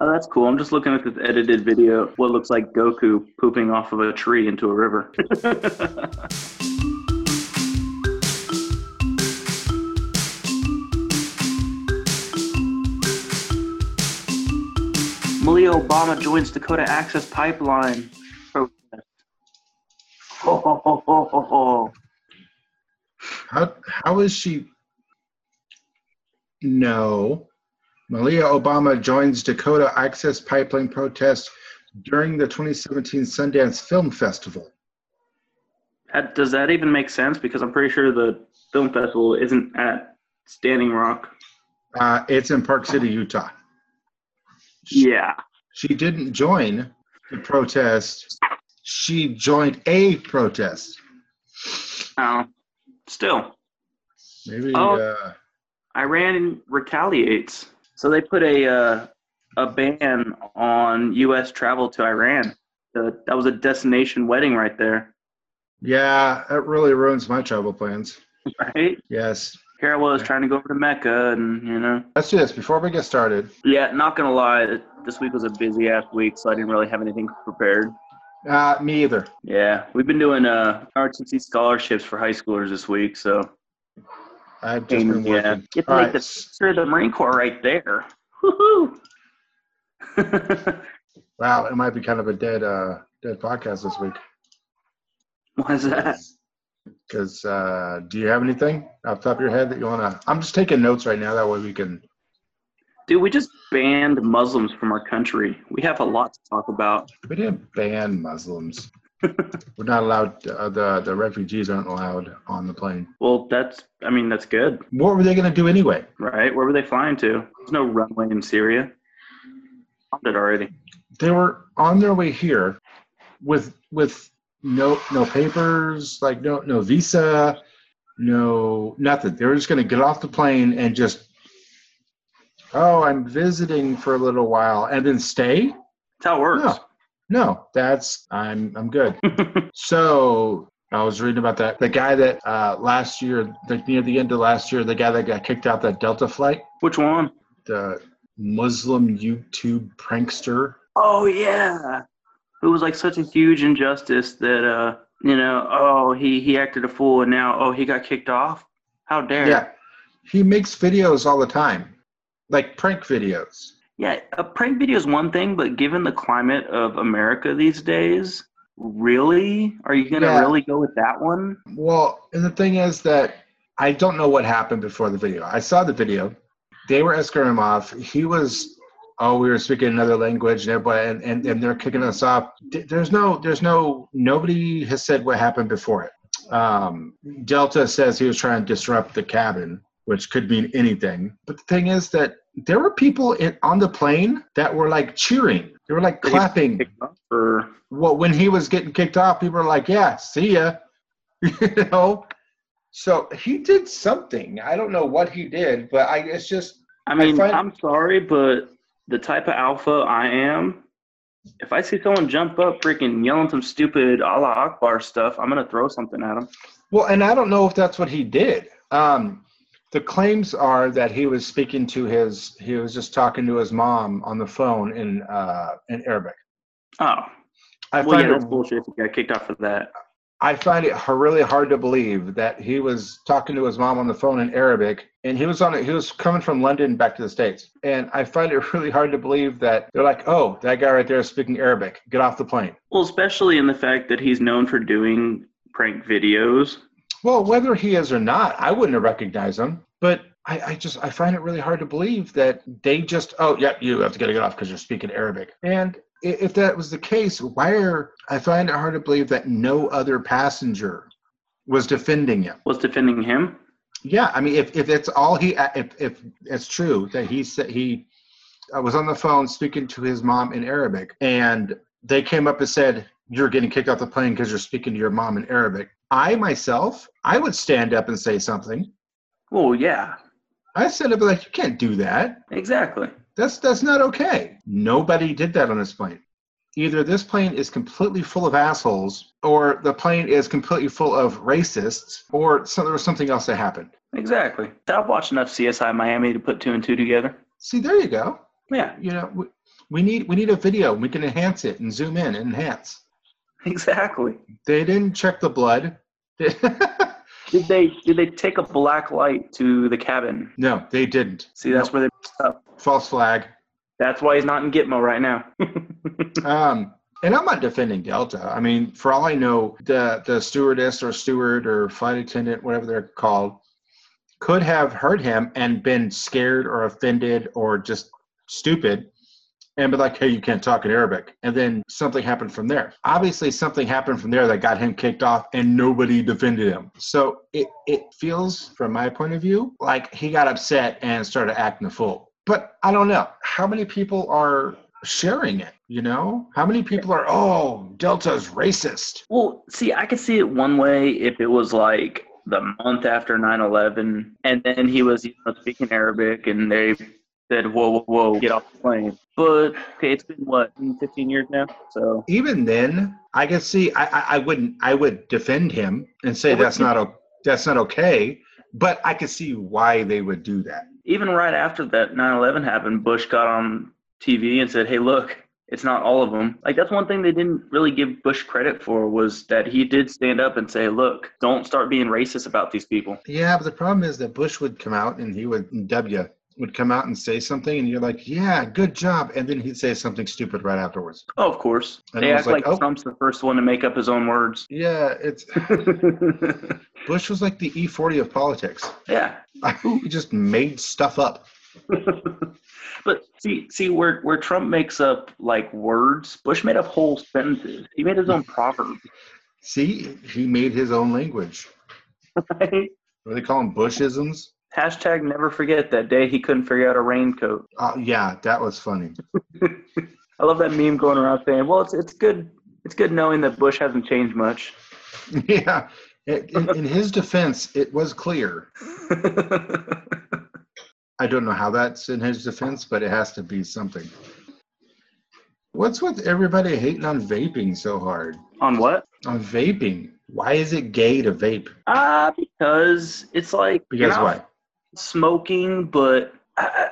Oh, that's cool. I'm just looking at this edited video. What looks like Goku pooping off of a tree into a river. Malia Obama joins Dakota Access Pipeline protest. Ho, ho, ho, ho, ho, ho. How how is she? No, Malia Obama joins Dakota Access Pipeline protest during the 2017 Sundance Film Festival. That, does that even make sense? Because I'm pretty sure the film festival isn't at Standing Rock. Uh, it's in Park City, Utah. Yeah. She didn't join the protest. She joined a protest. Oh, still. Maybe. Oh. Uh, Iran retaliates. So they put a uh, a ban on U.S. travel to Iran. Uh, that was a destination wedding right there, yeah, that really ruins my travel plans. right? Yes. Here I was trying to go over to Mecca, and you know, Let's do this before we get started. yeah. Not gonna lie, th- this week was a busy ass week, so I didn't really have anything prepared. Uh, me either. Yeah, we've been doing uh, RTC scholarships for high schoolers this week, so I've just been working. yeah, get to All make right. the picture of the Marine Corps right there. Woohoo! Wow, it might be kind of a dead uh dead podcast this week. Why's that? Because uh, do you have anything off the top of your head that you want to? I'm just taking notes right now. That way we can. Dude, we just banned Muslims from our country. We have a lot to talk about. We didn't ban Muslims. We're not allowed. Uh, the the refugees aren't allowed on the plane. Well, that's, I mean, that's good, What were they going to do anyway? right? Where were they flying to? There's no runway in Syria. Bombed it already. They were on their way here, with with no no papers, like no no visa, no nothing. They were just going to get off the plane and just. Oh, I'm visiting for a little while and then stay. That's how it works. No, no, that's I'm I'm good. so I was reading about that the guy that uh, last year, like near the end of last year, the guy that got kicked out that Delta flight, Which one? the Muslim YouTube prankster. Oh, yeah. It was like such a huge injustice that, uh, you know, oh, he, he acted a fool and now, oh, he got kicked off. How dare. Yeah, he makes videos all the time, like prank videos. Yeah, a prank video is one thing, but given the climate of America these days, really? Are you going to Yeah. really go with that one? Well, and the thing is that I don't know what happened before the video. I saw the video. They were escorting him off. He was, oh, we were speaking another language, and everybody, and, and, and they're kicking us off. Th- There's no, there's no, nobody has said what happened before it. Um, Delta says he was trying to disrupt the cabin, which could mean anything. But the thing is that there were people in, on the plane that were like cheering. They were like They- clapping Or well, when he was getting kicked off, people were like, "Yeah, see ya," you know. So he did something. I don't know what he did, but I it's just I mean, find- I'm sorry, but the type of alpha I am, if I see someone jump up freaking yelling some stupid Allah Akbar stuff, I'm going to throw something at him. well, and I don't know if that's what he did. Um, the claims are that he was speaking to his he was just talking to his mom on the phone in uh, in Arabic. Oh, I well, yeah, find that's it bullshit if you got kicked off for that. I find it h- really hard to believe that he was talking to his mom on the phone in Arabic, and he was on it. He was coming from London back to the states, and I find it really hard to believe that they're like, "Oh, that guy right there is speaking Arabic. Get off the plane." Well, especially in the fact that he's known for doing prank videos. Well, whether he is or not, I wouldn't have recognized him, but. I, I just I find it really hard to believe that they just oh yep you have to get it off because you're speaking Arabic and i- if that was the case why are I find it hard to believe that no other passenger was defending him Was defending him? Yeah, I mean, if if it's all he, uh, if if it's true that he said he uh, was on the phone speaking to his mom in Arabic, and they came up and said, "You're getting kicked off the plane because you're speaking to your mom in Arabic." I myself, I would stand up and say something. Well, yeah, I said, "I'd be like, you can't do that. exactly. That's that's not okay." Nobody did that on this plane. Either this plane is completely full of assholes, or the plane is completely full of racists, or some, there was something else that happened. Exactly. I've watched enough CSI Miami to put two and two together. See, there you go. Yeah. you know, w- We need we need a video. We can enhance it and zoom in and enhance. Exactly. They didn't check the blood. Did they did they take a black light to the cabin? no, they didn't. See, that's where they False flag. That's why he's not in Gitmo right now. Um, and I'm not defending Delta. I mean, for all I know, the the stewardess or steward or flight attendant, whatever they're called, could have heard him and been scared or offended or just stupid, and be like, "Hey, you can't talk in Arabic." And then something happened from there. Obviously, something happened from there that got him kicked off, and nobody defended him. So it it feels, from my point of view, like he got upset and started acting a fool. But I don't know how many people are sharing it. You know, how many people are, oh, Delta's racist? well, see, I could see it one way if it was like the month after 9/11, and then he was you know, speaking Arabic, and they said, "Whoa, whoa, whoa, get off the plane." But okay, it's been what 15 years now, so Even then, I can see. I, I, I wouldn't. I would defend him and say Well, that's but- not o- that's not okay. But I could see why they would do that. even right after that 9/11 happened, Bush got on TV and said, "Hey, look, it's not all of them." Like that's one thing they didn't really give Bush credit for was that he did stand up and say, "Look, don't start being racist about these people." Yeah, but the problem is that Bush would come out and he would and W would come out and say something, and you're like, yeah, good job, and then he'd say something stupid right afterwards. Oh, of course. And they it was act like, like, oh. Trump's the first one to make up his own words. Yeah, it's Bush was like the E40 of politics. yeah. he just made stuff up. But see see where where Trump makes up like words, Bush made up whole sentences. He made his own proverb. See, he made his own language. Right? What do they call them? Bushisms? Hashtag never forget that day he couldn't figure out a raincoat. Uh, yeah, that was funny. I love that meme going around saying, "Well, it's it's good. It's good knowing that Bush hasn't changed much." yeah. In, in- in his defense, it was clear. I don't know how that's in his defense, but it has to be something. What's with everybody hating on vaping so hard? On what? On vaping. Why is it gay to vape? Ah, because it's like you're Because not what? smoking, but I, I,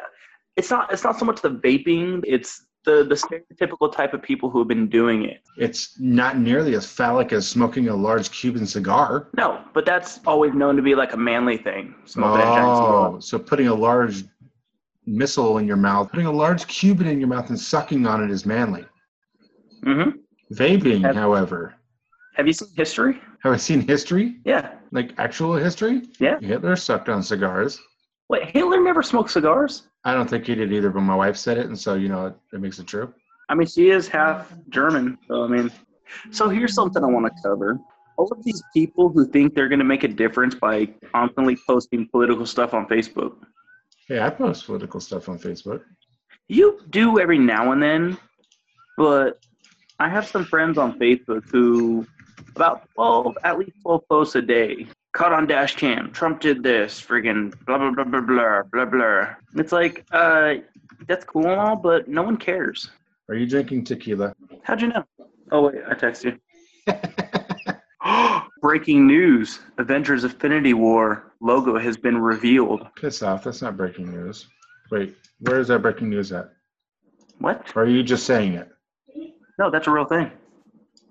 it's not. It's not so much the vaping. It's the the stereotypical type of people who have been doing it. It's not nearly as phallic as smoking a large Cuban cigar. No, but that's always known to be like a manly thing. Smoking a giant cigar. Oh, so putting a large missile in your mouth, putting a large Cuban in your mouth and sucking on it is manly. hmm Vaping, Have- however, Have you seen history? have I seen history? Yeah. Like actual history? Yeah. Hitler sucked on cigars. Wait, Hitler never smoked cigars. I don't think he did either, but my wife said it, and so you know it, it makes it true. I mean, she is half German, so I mean, so here's something I want to cover. All of these people who think they're going to make a difference by constantly posting political stuff on Facebook. Hey, I post political stuff on Facebook. You do every now and then, but I have some friends on Facebook who, about 12, at least 12 posts a day, caught on dash cam, Trump did this, friggin' blah, blah, blah, blah, blah, blah, blah. It's like, uh, that's cool and all, but no one cares. Are you drinking tequila? How'd you know? Oh wait, I text you. Breaking news: Avengers: Infinity War logo has been revealed. Piss off! That's not breaking news. Wait, where is that breaking news at? What? Or are you just saying it? No, that's a real thing.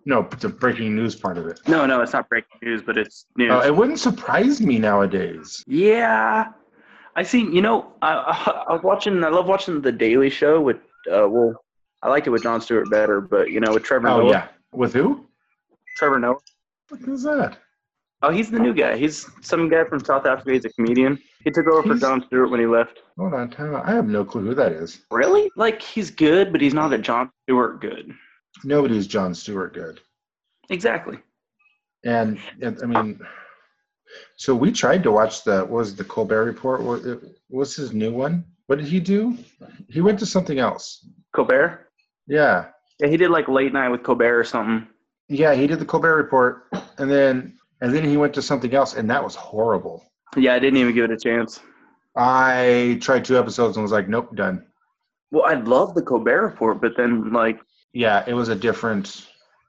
No, the breaking news part of it. No, no, it's not breaking news, but it's news. Oh, it wouldn't surprise me nowadays. yeah, I seen. You know, I, I, I was watching. I love watching The Daily Show with. Uh, well, I liked it with Jon Stewart better, but you know, with Trevor Oh Noah. yeah, with who? Trevor Noah. What is that? Oh, he's the new guy. He's some guy from South Africa. He's a comedian. He took over for He's- Jon Stewart when he left. Hold on, time out. I have no clue who that is. Really? Like he's good, but he's not a John Stewart good. Nobody's John Stewart good. Exactly. And, and I mean, so we tried to watch the what was it, the Colbert Report? What it- what's his new one? What did he do? He went to something else. Colbert? Yeah, Yeah, he did like late night with Colbert or something. yeah, he did the Colbert Report, and then and then he went to something else, and that was horrible. Yeah, I didn't even give it a chance. I tried two episodes and was like, nope, done. Well, I love the Colbert report, but then like Yeah, it was a different.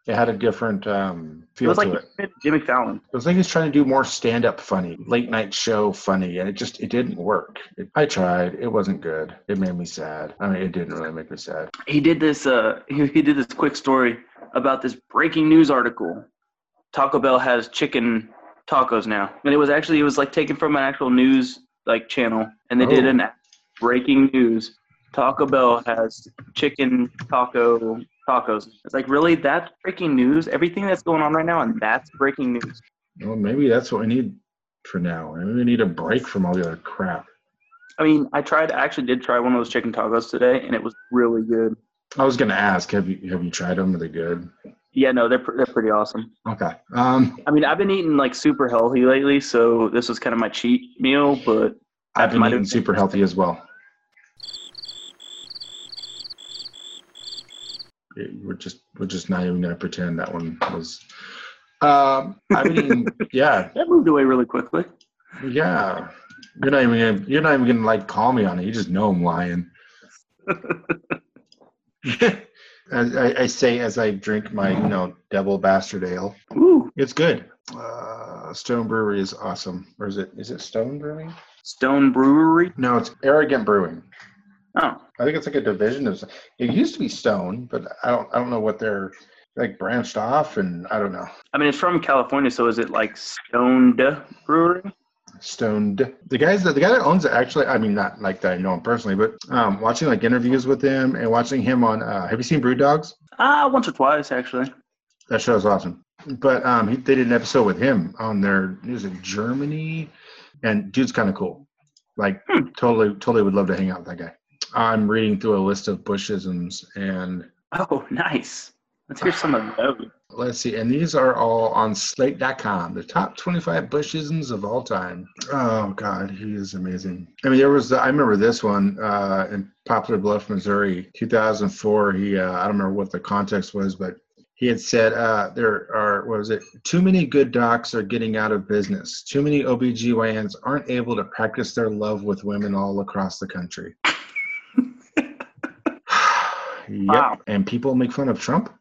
It had a different um, It feel was like to it. Jimmy Fallon. It was like he's trying to do more stand-up funny, late night show funny, and it just it didn't work. It, I tried. It wasn't good. It made me sad. I mean, it didn't really make me sad. he did this uh he, he did this quick story about this breaking news article taco bell has chicken tacos now and it was actually it was like taken from an actual news like channel and they did Oh. an breaking news taco bell has chicken taco tacos it's like really that's breaking news everything that's going on right now and that's breaking news Well, maybe that's what we need for now. Maybe we need a break from all the other crap. i mean i tried I actually did try one of those chicken tacos today and it was really good I was gonna ask, have you have you tried them? Are they good? yeah no they're, pr- they're pretty awesome Okay. Um, I mean, I've been eating like super healthy lately, so this was kind of my cheat meal. But I've been Might have- eating super healthy as well. It- We're just we're just not even gonna pretend that one was. Um, I've been eating, yeah, that moved away really quickly. yeah. You're not even gonna you're not even gonna like call me on it. You just know I'm lying. as I, I say as I drink my you know devil bastard ale. Ooh, It's good. Uh, Stone Brewery is awesome. Or is it? Is it Stone Brewing? Stone Brewery. No, it's Arrogant Brewing. Oh, I think it's like a division of. It used to be Stone, but I don't. I don't know what they're like branched off, and I don't know. I mean, it's from California, so is it like Stoned Brewery? Stoned. The guys that the guy that owns it actually. I mean, not like that. I know him personally, but um, watching like interviews with him and watching him on. Uh, have you seen Brew Dogs? Ah, once or twice actually. That show's awesome. But um, he, they did an episode with him on their is it Germany, and dude's kind of cool. Like Hmm. totally, totally would love to hang out with that guy. I'm reading through a list of Bushisms, and Oh, nice. Let's hear some of those. let's see, and these are all on Slate.com. The top 25 Bushisms of all time. Oh God, he is amazing. I mean, there was I remember this one uh, in Poplar Bluff, Missouri, 2004. He uh, I don't remember what the context was, but he had said uh, there are what was it too many good docs are getting out of business too many obgyns aren't able to practice their love with women all across the country yep Wow. and people make fun of trump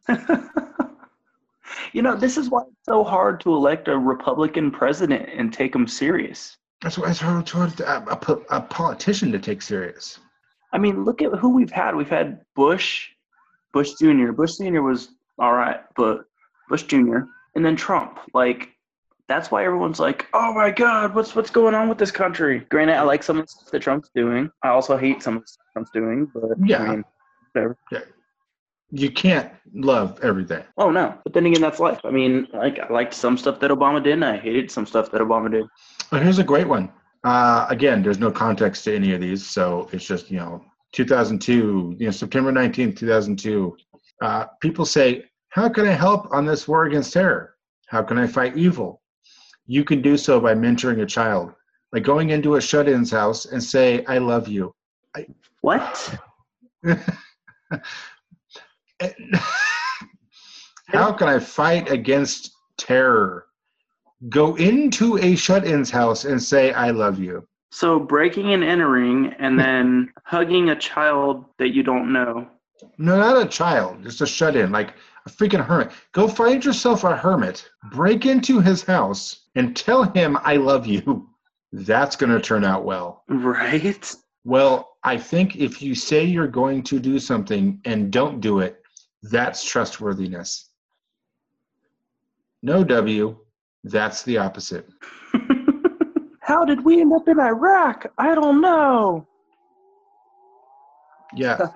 you know, this is why it's so hard to elect a Republican president and take him serious. that's why it's hard to a, a, po- a politician to take serious I mean, look at who we've had. We've had Bush, Bush Jr. Bush Sr. was all right, but Bush Jr. and then Trump. Like that's why everyone's like, "Oh my God, what's what's going on with this country?" Granted, I like some of the stuff that Trump's doing. I also hate some of the stuff Trump's doing, but Yeah. I mean, whatever. you can't love everything Oh no! But then again, that's life. I mean, like I liked some stuff that Obama did, and I hated some stuff that Obama did. Well, here's a great one. Uh, again, there's no context to any of these, so it's just you know, 2002, you know, September 19th, 2002. Uh, people say, "How can I help on this war against terror? How can I fight evil?" You can do so by mentoring a child, by going into a shut-in's house and say, "I love you." What? How can I fight against terror? Go into a shut-in's house and say, "I love you." So breaking and entering, and then hugging a child that you don't know. No, not a child, just a shut in, like a freaking hermit. Go find yourself a hermit, break into his house, and tell him, I love you. That's going to turn out well. Right? Well, I think if you say you're going to do something and don't do it, that's trustworthiness. No, W, that's the opposite. How did we end up in Iraq? I don't know. Yeah,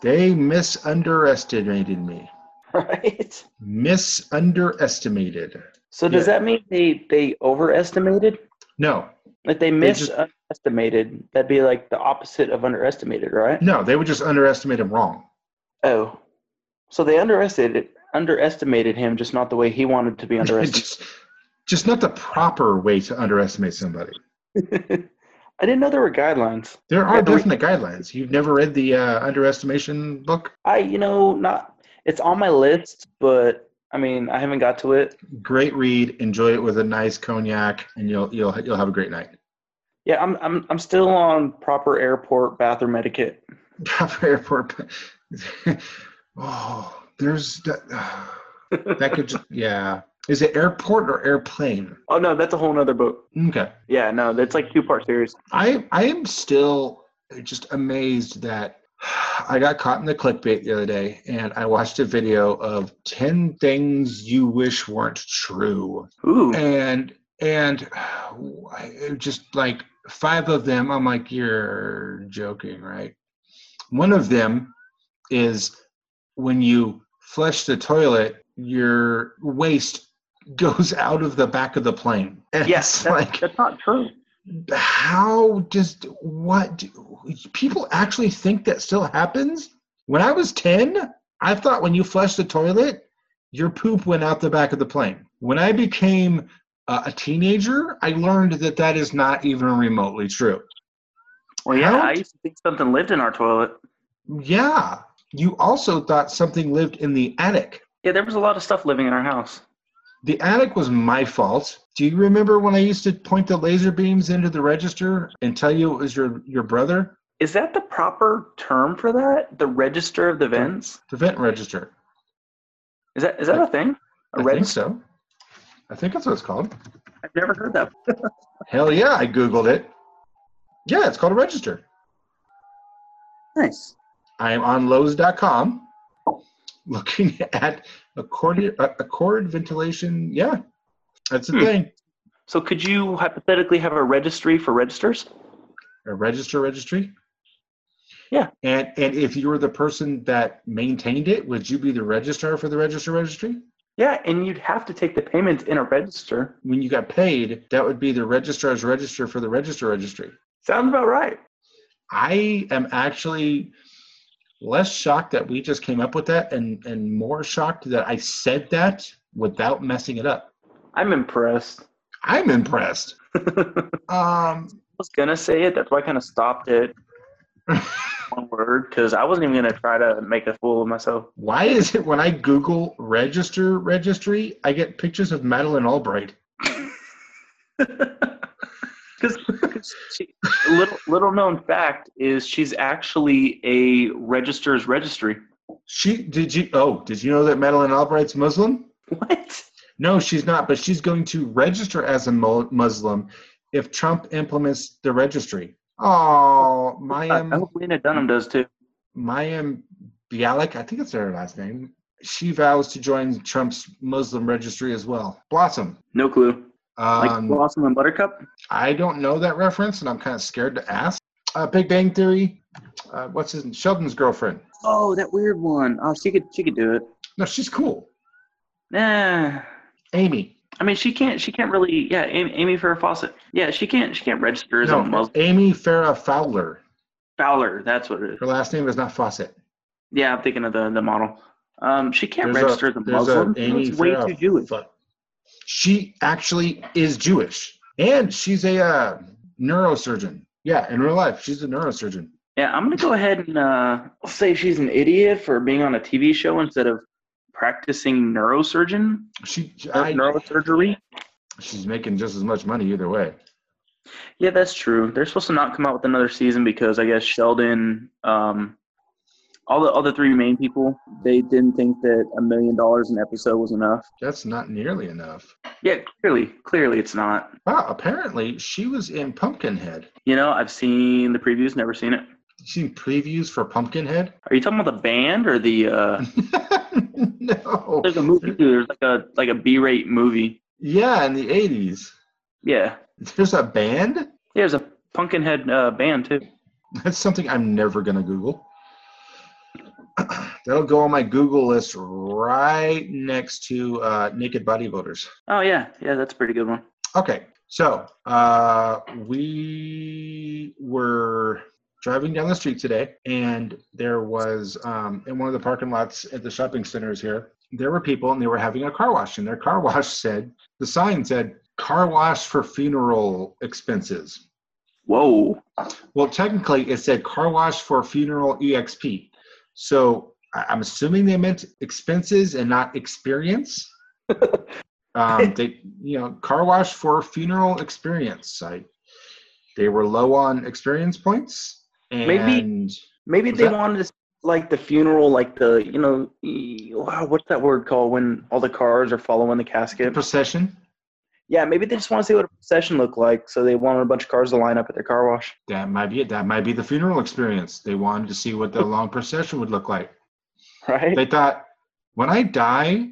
they misunderestimated me. Right? Misunderestimated. So does Yeah. that mean they they overestimated? No, Like they They just- misestimated? That'd be like the opposite of underestimated, right? no, they would just underestimate him wrong. Oh, so they underestimated underestimated him, just not the way he wanted to be underestimated. just, just not the proper way to underestimate somebody. I didn't know there were guidelines. There Yeah, are there- definite guidelines. You've never read the uh, underestimation book? I you know not. It's on my list, but I mean I haven't got to it. Great read. Enjoy it with a nice cognac, and you'll you'll you'll have a great night. Yeah, I'm I'm I'm still on proper airport bathroom etiquette. Proper airport. oh, there's that. That could, ju- yeah. Is it airport or airplane? oh no, that's a whole nother book. Okay. Yeah, no, that's like two part series. I I am still just amazed that I got caught in the clickbait the other day, and I watched a video of ten things you wish weren't true, Ooh, and and it just like five of them, I'm like, you're joking, right? One of them is when you flush the toilet, your waste goes out of the back of the plane. And yes, it's that's, that's not true. how does what do- people actually think that still happens? When I was 10, I thought when you flush the toilet, your poop went out the back of the plane. When I became uh, a teenager, I learned that that is not even remotely true. Well, yeah, How? I used to think something lived in our toilet. Yeah, you also thought something lived in the attic. Yeah, there was a lot of stuff living in our house. The attic was my fault. Do you remember when I used to point the laser beams into the register and tell you it was your, your brother? Is that the proper term for that? The register of the vents? The vent register. Is that is that a thing? A I think register? so. I think that's what it's called. I've never heard that. Hell yeah, I googled it. Yeah, it's called a register. Nice. I am on Lowe's.com, looking at accord uh, accord ventilation. Yeah, that's the Hmm. thing. So could you hypothetically have a registry for registers? A register registry. Yeah. And and if you were the person that maintained it, would you be the registrar for the register registry? Yeah, and you'd have to take the payments in a register. When you got paid, that would be the registrar's register for the register registry. Sounds about right. I am actually less shocked that we just came up with that and, and more shocked that I said that without messing it up. I'm impressed. I'm impressed. um, I was gonna say it. That's why I kind of stopped it. One word, because I wasn't even gonna try to make a fool of myself. why is it when I Google register registry, I get pictures of Madeline Albright? Because little little known fact is she's actually a register's registry. She did you oh, did you know that Madeline Albright's Muslim? What? No, she's not, but she's going to register as a Mo- Muslim if Trump implements the registry. Oh, my I hope Lena Uh, Dunham does too. Mayim Bialik, I think that's her last name. She vows to join Trump's Muslim registry as well. Blossom. No clue. Like Um, Blossom and Buttercup. I don't know that reference, and I'm kind of scared to ask. Uh, Big Bang Theory. Uh, what's his Sheldon's girlfriend? Oh, that weird one. Oh, she could she could do it. No, she's cool. Nah. Amy. I mean, she can't. She can't really. Yeah, Amy, Amy Farrah Fawcett. Yeah, she can't. She can't register as a No, Muslim. Amy Farrah Fowler. Fowler. That's what it is. Her last name is not Fawcett. Yeah, I'm thinking of the the model. Um, she can't There's a- register as a there's a Muslim. Amy She's way Farrah too Jewish. Fa- She actually is Jewish, and she's a uh, neurosurgeon. Yeah, in real life, she's a neurosurgeon. Yeah, I'm gonna go ahead and uh, say she's an idiot for being on a TV show instead of practicing neurosurgeon She, or I, neurosurgery. She's making just as much money either way. Yeah, that's true. They're supposed to not come out with another season because I guess Sheldon, um, all the all the three main people, they didn't think that a million dollars an episode was enough. That's not nearly enough. Yeah, clearly, clearly it's not. Wow, apparently she was in Pumpkinhead. You know, I've seen the previews, never seen it. You seen previews for Pumpkinhead? Are you talking about the band or the? Uh, no. there's a movie. too. There's like a like a B-rate movie. Yeah, in the 80s. Yeah, There's a band? there's a Pumpkinhead uh, band too. That's something I'm never going to Google. That'll go on my Google list right next to uh, naked bodybuilders. Oh yeah, yeah, that's a pretty good one. Okay, so uh, we were driving down the street today, and there was um, in one of the parking lots at the shopping centers here, there were people and they were having a car wash, and their car wash said, the sign said, car wash for funeral expenses. Whoa. Well, technically, it said car wash for funeral EXP. So I- I'm assuming they meant expenses and not experience. um, they, you know, car wash for funeral experience. I, they were low on experience points. And Maybe- Maybe Was they that- wanted to like the funeral, like the you know, e- wow, what's that word called when all the cars are following the The casket? procession. Yeah, maybe they just want to see what a procession looked like, so they wanted a bunch of cars to line up at their car wash. That might be it. That might be the funeral experience. They wanted to see what the long procession would look like. Right? They thought, when I die,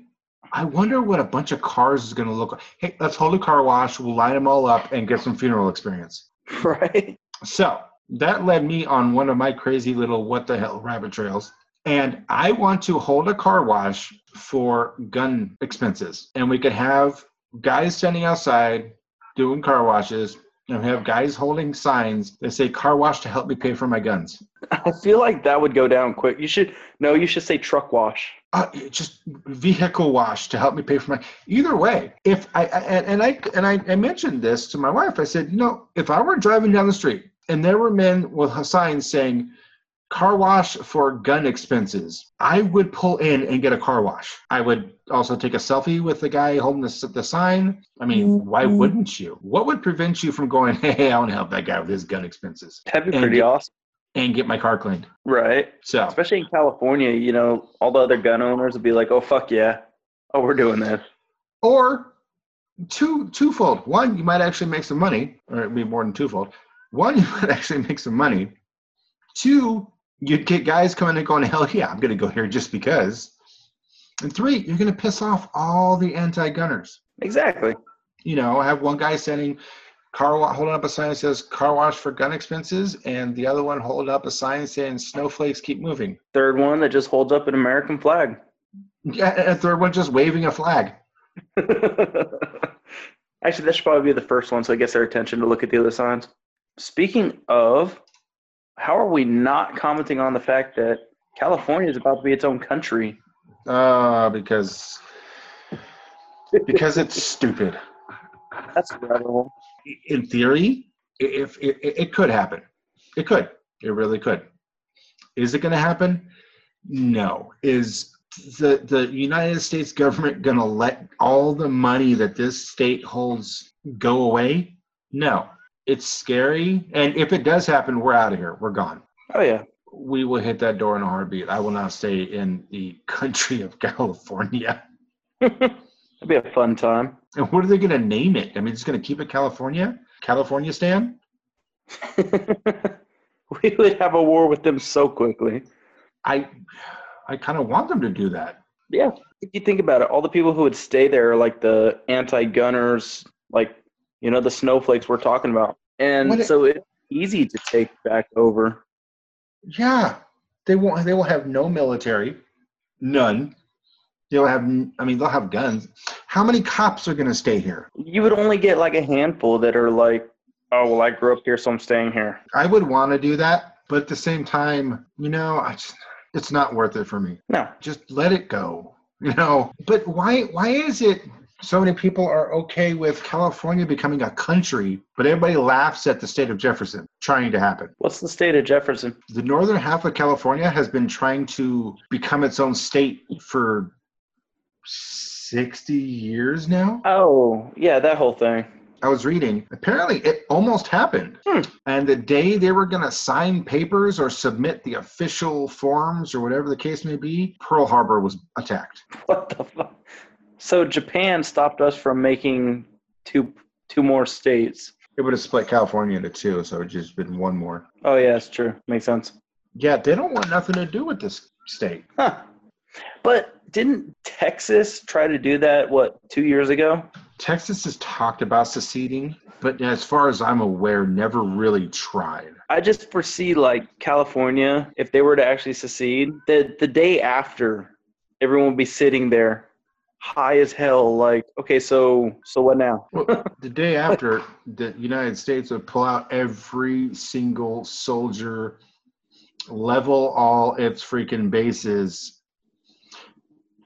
I wonder what a bunch of cars is going to look like. Hey, let's hold a car wash. We'll line them all up and get some funeral experience. right? So that led me on one of my crazy little what the hell rabbit trails. And I want to hold a car wash for gun expenses. And we could have guys standing outside doing car washes. And we have guys holding signs that say car wash to help me pay for my guns. I feel like that would go down quick. You should no, you should say truck wash. uh, it just vehicle wash to help me pay for my either way if i, I and, and i and I, I mentioned this to my wife i said you know if i were driving down the street and there were men with signs saying car wash for gun expenses i would pull in and get a car wash i would also take a selfie with the guy holding the, s- the sign i mean why Mhm. wouldn't you what would prevent you from going hey i want to help that guy with his gun expenses That'd be And- pretty awesome. and get my car cleaned Right. so Especially in California, you know, all the other gun owners would be like, Oh fuck yeah. Oh, we're doing this. or two twofold. One, you might actually make some money, or it'd be more than twofold. One, you might actually make some money. Two, you'd get guys coming and going, hell yeah, I'm gonna go here just because. And three, you're gonna piss off all the anti-gunners. Exactly. You know, I have one guy standing car wa- holding up a sign that says car wash for gun expenses, and the other one holding up a sign saying snowflakes keep moving. Third one that just holds up an American flag. Yeah, and a third one just waving a flag. Actually, that should probably be the first one, so it gets their attention to look at the other signs. Speaking of, how are we not commenting on the fact that California is about to be its own country? Uh, because because it's stupid. That's incredible. in theory, i- if it, it it could happen, it could, it really could. Is it going to happen? No. Is the the United States government going to let all the money that this state holds go away? No. It's scary, and if it does happen, we're out of here. We're gone. Oh yeah, We will hit that door in a heartbeat. I will not stay in the country of California. it'd be a fun time. And what are they going to name it? I mean, it's going to keep it California, California Stan. we would have a war with them so quickly. I I kind of want them to do that. Yeah, if you think about it, all the people who would stay there are like the anti-gunners, like you know the snowflakes we're talking about, and What it- so it's easy to take back over. Yeah, they won't. They will have no military, none. They'll have. n- I mean, they'll have guns. How many cops are going to stay here? you would only get like a handful that are like, oh well, I grew up here, so I'm staying here. I would want to do that, but at the same time, you know, I just, it's not worth it for me. No, Just let it go. You know. But why? Why is it? So many people are okay with California becoming a country, but everybody laughs at the state of Jefferson trying to happen. what's the state of Jefferson? the northern half of California has been trying to become its own state for 60 years now. Oh yeah, that whole thing. I was reading. Apparently, it almost happened. Hmm. And the day they were going to sign papers or submit the official forms or whatever the case may be, Pearl Harbor was attacked. What the fuck? So Japan stopped us from making two two more states. It would have split California into two, so it just been one more. Oh yeah, that's true. Makes sense. Yeah, they don't want nothing to do with this state. Huh. But didn't Texas try to do that? What two years ago? Texas has talked about seceding, but as far as I'm aware, never really tried. I just foresee like California, if they were to actually secede, the the day after, everyone would be sitting there, high as hell. Like, okay, so so what now? The day after, the United States would pull out every single soldier, level all its freaking bases,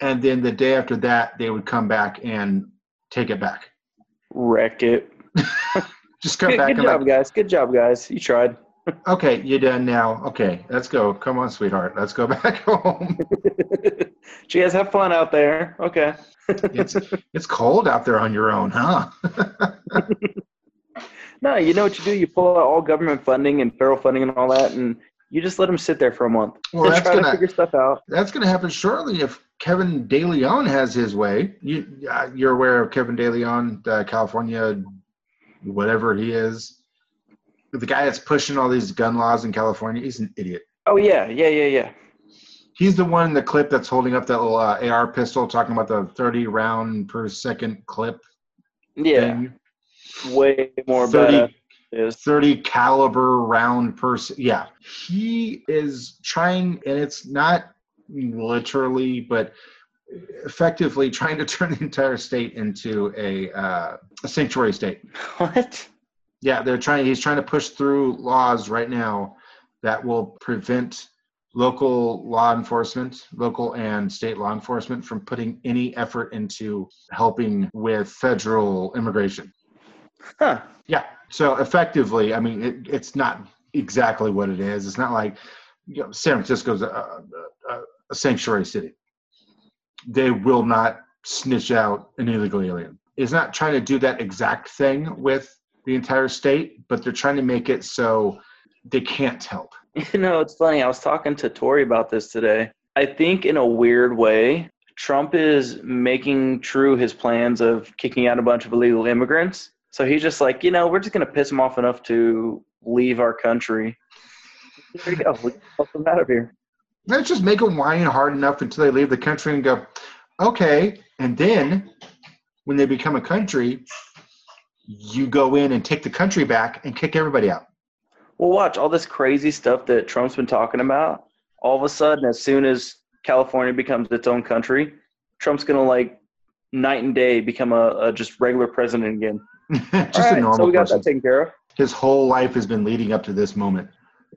and then the day after that, they would come back and take it back. Wreck it. Just come Good, back good and job, like, guys. Good job, guys. You tried. okay, you're done now. Okay, let's go. Come on, sweetheart, let's go back home. Did you guys have fun out there? Okay. it's it's cold out there on your own, huh? No, you know what you do? You pull out all government funding and federal funding and all that, and You just let them sit there for a month. Well, They're that's trying gonna- to figure stuff out. That's going to happen shortly if Kevin De Leon has his way. You, uh, you're aware of Kevin De Leon, the California, whatever he is, the guy that's pushing all these gun laws in California. He's an idiot. Oh yeah, yeah, yeah, yeah. He's the one in the clip that's holding up that little uh, AR pistol, talking about the 30 round per second clip. Yeah, thing. way more 30 badass it is. 30 caliber round person. Yeah. He is trying, and it's not literally, but effectively trying to turn the entire state into a, uh, a sanctuary state. What? Yeah, they're trying, he's trying to push through laws right now that will prevent local law enforcement, local and state law enforcement from putting any effort into helping with federal immigration. Huh? Yeah. So effectively, I mean, it, it's not exactly what it is. It's not like you know, San Francisco's a, a, a sanctuary city. They will not snitch out an illegal alien. It's not trying to do that exact thing with the entire state, but they're trying to make it so they can't help. You know, it's funny. I was talking to Tori about this today. I think, in a weird way, Trump is making true his plans of kicking out a bunch of illegal immigrants. So he's just like, you know, we're just going to piss them off enough to leave our country. There you go. We help them out of here. Let's just make them whine hard enough until they leave the country and go, okay. And then when they become a country, you go in and take the country back and kick everybody out. Well, watch all this crazy stuff that Trump's been talking about. All of a sudden, as soon as California becomes its own country, Trump's going to like night and day become a, a just regular president again. just All right, a normal so we got person. that taken care of. His whole life has been leading up to this moment.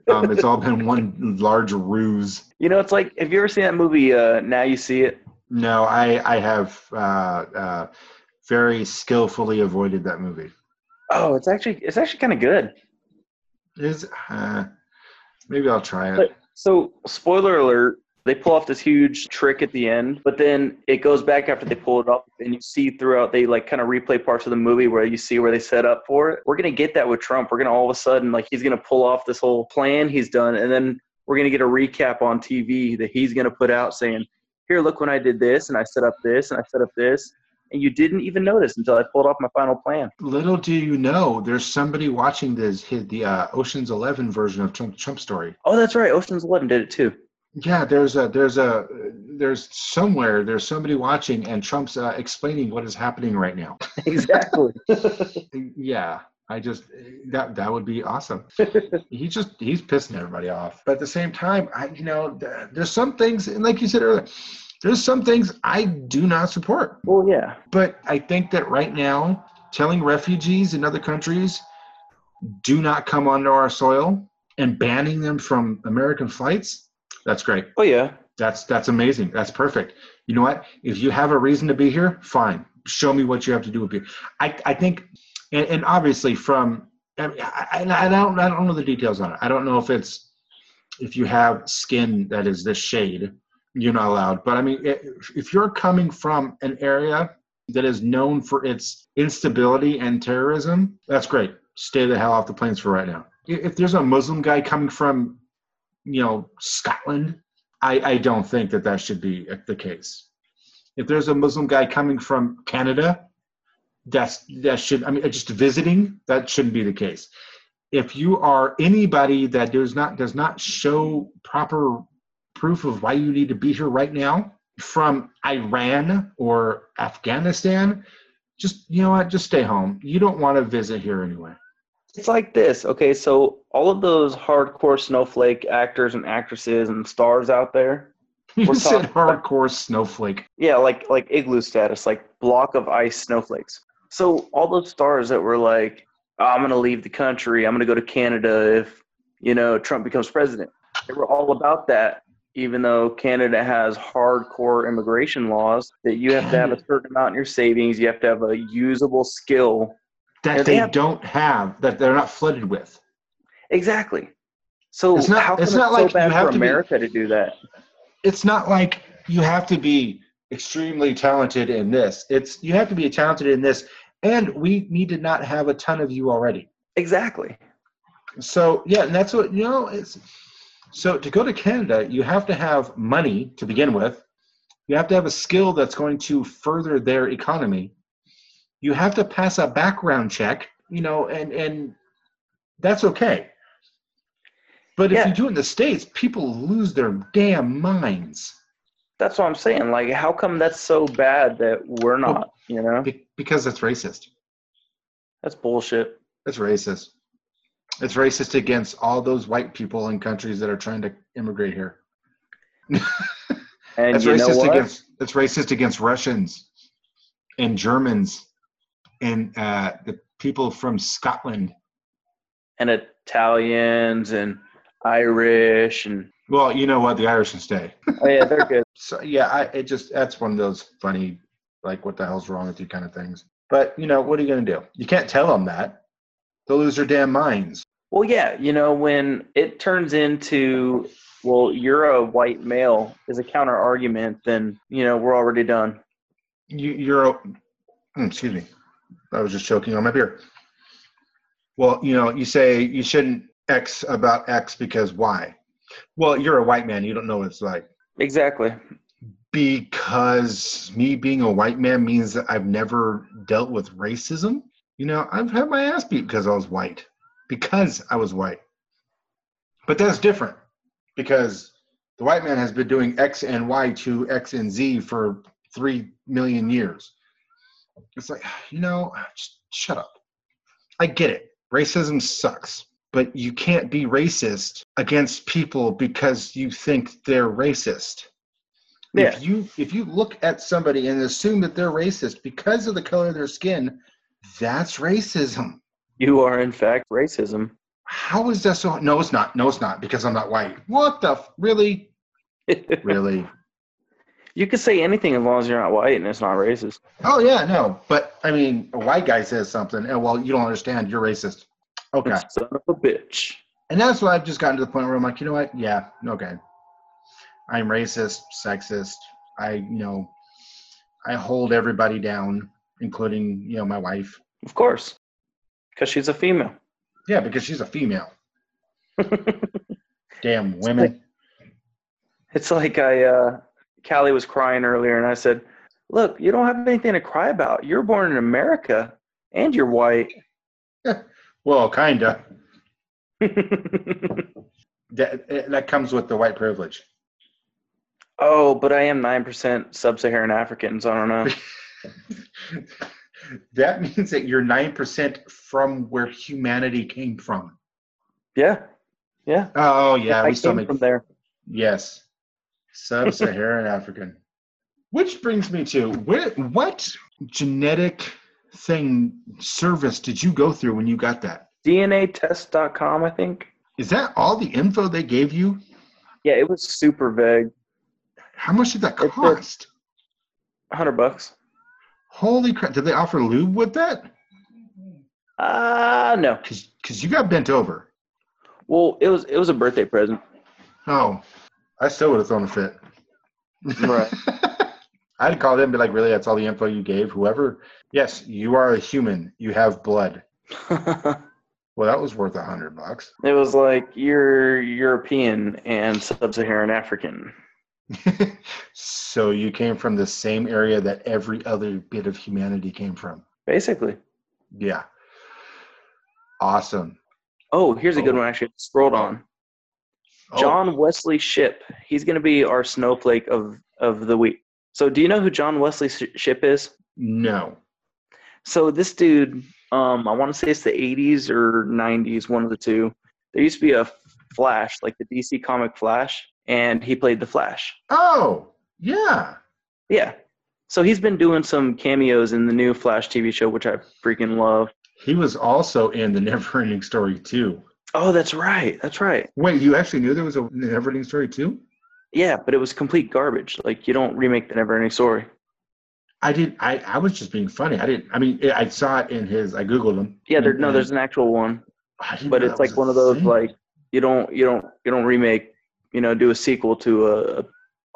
Um, it's all been one large ruse. You know, it's like have you ever seen that movie? Uh, now you see it. No, I I have uh, uh, very skillfully avoided that movie. Oh, it's actually it's actually kind of good. Is uh, maybe I'll try it. But- So, spoiler alert: they pull off this huge trick at the end, but then it goes back after they pull it off, and you see throughout they like kind of replay parts of the movie where you see where they set up for it. We're gonna get that with Trump. We're gonna all of a sudden like he's gonna pull off this whole plan he's done, and then we're gonna get a recap on TV that he's gonna put out saying, "Here, look when I did this, and I set up this, and I set up this." And you didn't even notice until I pulled off my final plan. Little do you know, there's somebody watching this hit the uh, Ocean's Eleven version of Trump, Trump Story. Oh, that's right. Ocean's Eleven did it too. Yeah, there's a there's a there's somewhere there's somebody watching, and Trump's uh, explaining what is happening right now. Exactly. yeah i just that that would be awesome he just he's pissing everybody off but at the same time i you know th- there's some things and like you said earlier there's some things i do not support well, Oh, yeah. but i think that right now telling refugees in other countries do not come onto our soil and banning them from american flights that's great Oh, yeah. that's that's amazing. That's perfect. You know what? If you have a reason to be here, fine. Show me what you have to do with you. I I think, and, and obviously from I, I, and I don't I don't know the details on it. I don't know if it's if you have skin that is this shade, you're not allowed. But I mean, i- if you're coming from an area that is known for its instability and terrorism, that's great. Stay the hell off the planes for right now. I- If there's a Muslim guy coming from, you know, Scotland I, I don't think that that should be the case. If there's a Muslim guy coming from Canada, that's that should I mean uh, just visiting that shouldn't be the case. If you are anybody that does not does not show proper proof of why you need to be here right now from Iran or Afghanistan, just you know what, just stay home. You don't want to visit here anyway. It's like this. Okay, so all of those hardcore snowflake actors and actresses and stars out there. You We're said talking about- hardcore snowflake. Yeah, like like igloo status, like block of ice snowflakes. So all those stars that were like, "Oh, I'm gonna leave the country. I'm gonna go to Canada if you know Trump becomes president. They were all about that, even though Canada has hardcore immigration laws that you have to have a certain amount in your savings. You have to have a usable skill That And they they have- don't have, that they're not flooded with. Exactly. So It's not- how come it's it's, not so like you bad have for to be- America to do that? it's not like you have to be extremely talented in this. It's you have to be talented in this, and we need to not have a ton of you already. Exactly. So yeah, and that's what you know. It's So to go to Canada, you have to have money to begin with. You have to have a skill that's going to further their economy. You have to pass a background check, you know, and and that's okay. But if Yeah. you do it in the states, people lose their damn minds That's what I'm saying. Like, how come that's so bad that we're not? You know, be- because that's racist. that's bullshit. That's racist. It's racist against all those white people in countries that are trying to immigrate here. And That's you know racist what? against that's racist against Russians and Germans and uh, the people from Scotland. and Italians and Irish and Well, you know what? The Irish can stay. oh yeah, they're good. So yeah, I it just that's one of those funny, like what the hell's wrong with you kind of things. But you know what are you gonna do? You can't tell them that. They'll lose their damn minds. Well, yeah, you know when it turns into well, you're a white male is a counter argument, then you know we're already done. You, you're, a- mm, excuse me, I was just choking on my beer. Well, you know, you say you shouldn't X about X because why? Well, you're a white man. You don't know what it's like. Exactly. because me being a white man means that I've never dealt with racism. You know, I've had my ass beat because I was white, because I was white. But that's different because the white man has been doing X and Y to X and Z for three million years. It's like, you know, just shut up. I get it. Racism sucks, but you can't be racist against people because you think they're racist. Yeah. If you if you look at somebody and assume that they're racist because of the color of their skin, that's racism. You are in fact racism. How is that so? No, it's not. No, it's not because I'm not white. What the f- really? Really? you could say anything as long as you're not white and it's not racist. Oh yeah, no. But I mean, a white guy says something, and well, you don't understand. You're racist. Okay. Son of a bitch. And that's why I've just gotten to the point where I'm like, you know what? Yeah, okay. I'm racist, sexist. I you know, I hold everybody down, including you know my wife. Of course. Because she's a female. Yeah, because she's a female. Damn women. It's like I, uh, Callie was crying earlier, and I said, "Look, you don't have anything to cry about. You're born in America, and you're white." Well, kinda. oh, That eh, that comes with the white privilege. Oh, but I am nine percent sub-Saharan African, so I don't know. that means that you're nine percent from where humanity came from. Yeah, yeah. Oh yeah, I we still came make from there. yes, sub-Saharan African. Which brings me to where, what genetic thing service did you go through when you got that? DNAtest.com, I think. Is that all the info they gave you? Yeah, it was super vague. How much did that It's a- cost? Hundred bucks. Holy crap! Did they offer lube with that? Ah, no. Cause, cause you got bent over. Well, it was it was a birthday present. Oh, I still would have thrown a fit. Right. I'd call them and be like, really, that's all the info you gave? Whoever, yes, you are a human. You have blood. it Well, that was worth a hundred bucks. was like you're European and sub-Saharan African. so you came from the same area that every other bit of humanity came from. Basically. Yeah. Awesome. Oh, here's a good one. I Actually, scrolled on. Oh, John Wesley Ship. He's going to be our snowflake of of the week. So, do you know who John Wesley Sh- Ship is? No. So, this dude, um, I want to say it's the 80s or 90s, one of the two. There used to be a Flash, like the DC comic Flash, and he played the Flash. Oh, yeah. Yeah. So he's been doing some cameos in the new Flash TV show, which I freaking love. He was also in the Never Ending Story too. Oh, that's right. That's right. Wait, you actually knew there was a Never Ending Story too? Yeah, but it was complete garbage. Like you don't remake the Never Ending Story. I didn't. I, I was just being funny. I didn't. I mean, I- I saw it in his. I googled him. Yeah, there, And- no, and there's an actual one. I didn't but know it's that was like a one of those thing. like you don't you don't you don't remake you know do a sequel to a, a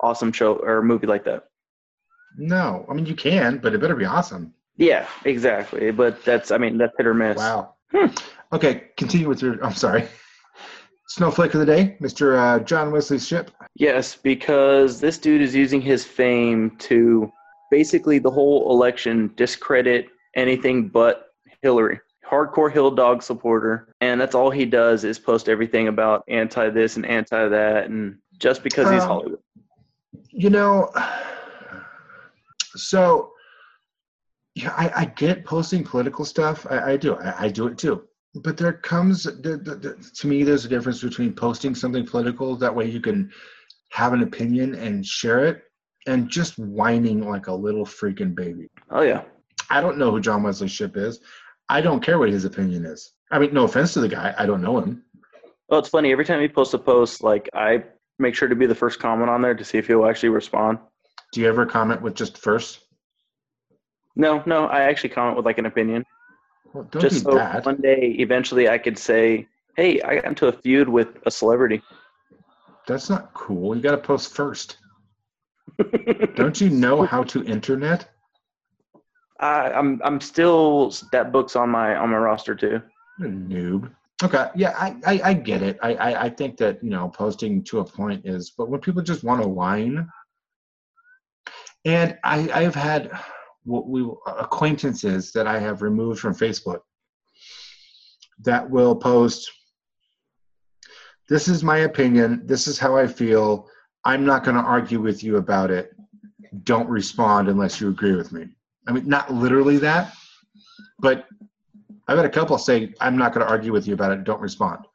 awesome show or a movie like that No, I mean you can, but it better be awesome. yeah exactly but that's i mean that's hit or miss Wow. Hmm. Okay, continue with your. I'm sorry. Snowflake of the day, Mr. Uh, John Wesley Ship. Yes, because this dude is using his fame to basically the whole election discredit anything but Hillary. Hardcore Hill Dog supporter, and that's all he does is post everything about anti this and anti that, and just because he's Um, Hollywood. You know, so yeah, I, I get posting political stuff. I, I do. I, I do it too. But there comes, there, there- there- to me, there's a difference between posting something political. That way you can have an opinion and share it, and just whining like a little freaking baby. Oh yeah, I don't know who John Wesley Ship is. I don't care what his opinion is. I mean, no offense to the guy. I don't know him. Well, it's funny. Every time he posts a post, like I make sure to be the first comment on there to see if he'll actually respond. Do you ever comment with just first? No, no, I actually comment with like an opinion, Well, don't just do so that. one day eventually I could say, "Hey, I got into a feud with a celebrity." That's not cool. You got to post first. Don't you know how to internet? I, I'm I'm still that book's on my on my roster too. What a noob. Okay, yeah, I, I, I get it. I, I, I think that, you know, posting to a point is, but when people just want to whine, and I, I have had what we acquaintances that I have removed from Facebook that will post, this is my opinion, this is how I feel, I'm not going to argue with you about it. Don't respond unless you agree with me. I mean, not literally that, but I've had a couple say, I'm not going to argue with you about it. Don't respond.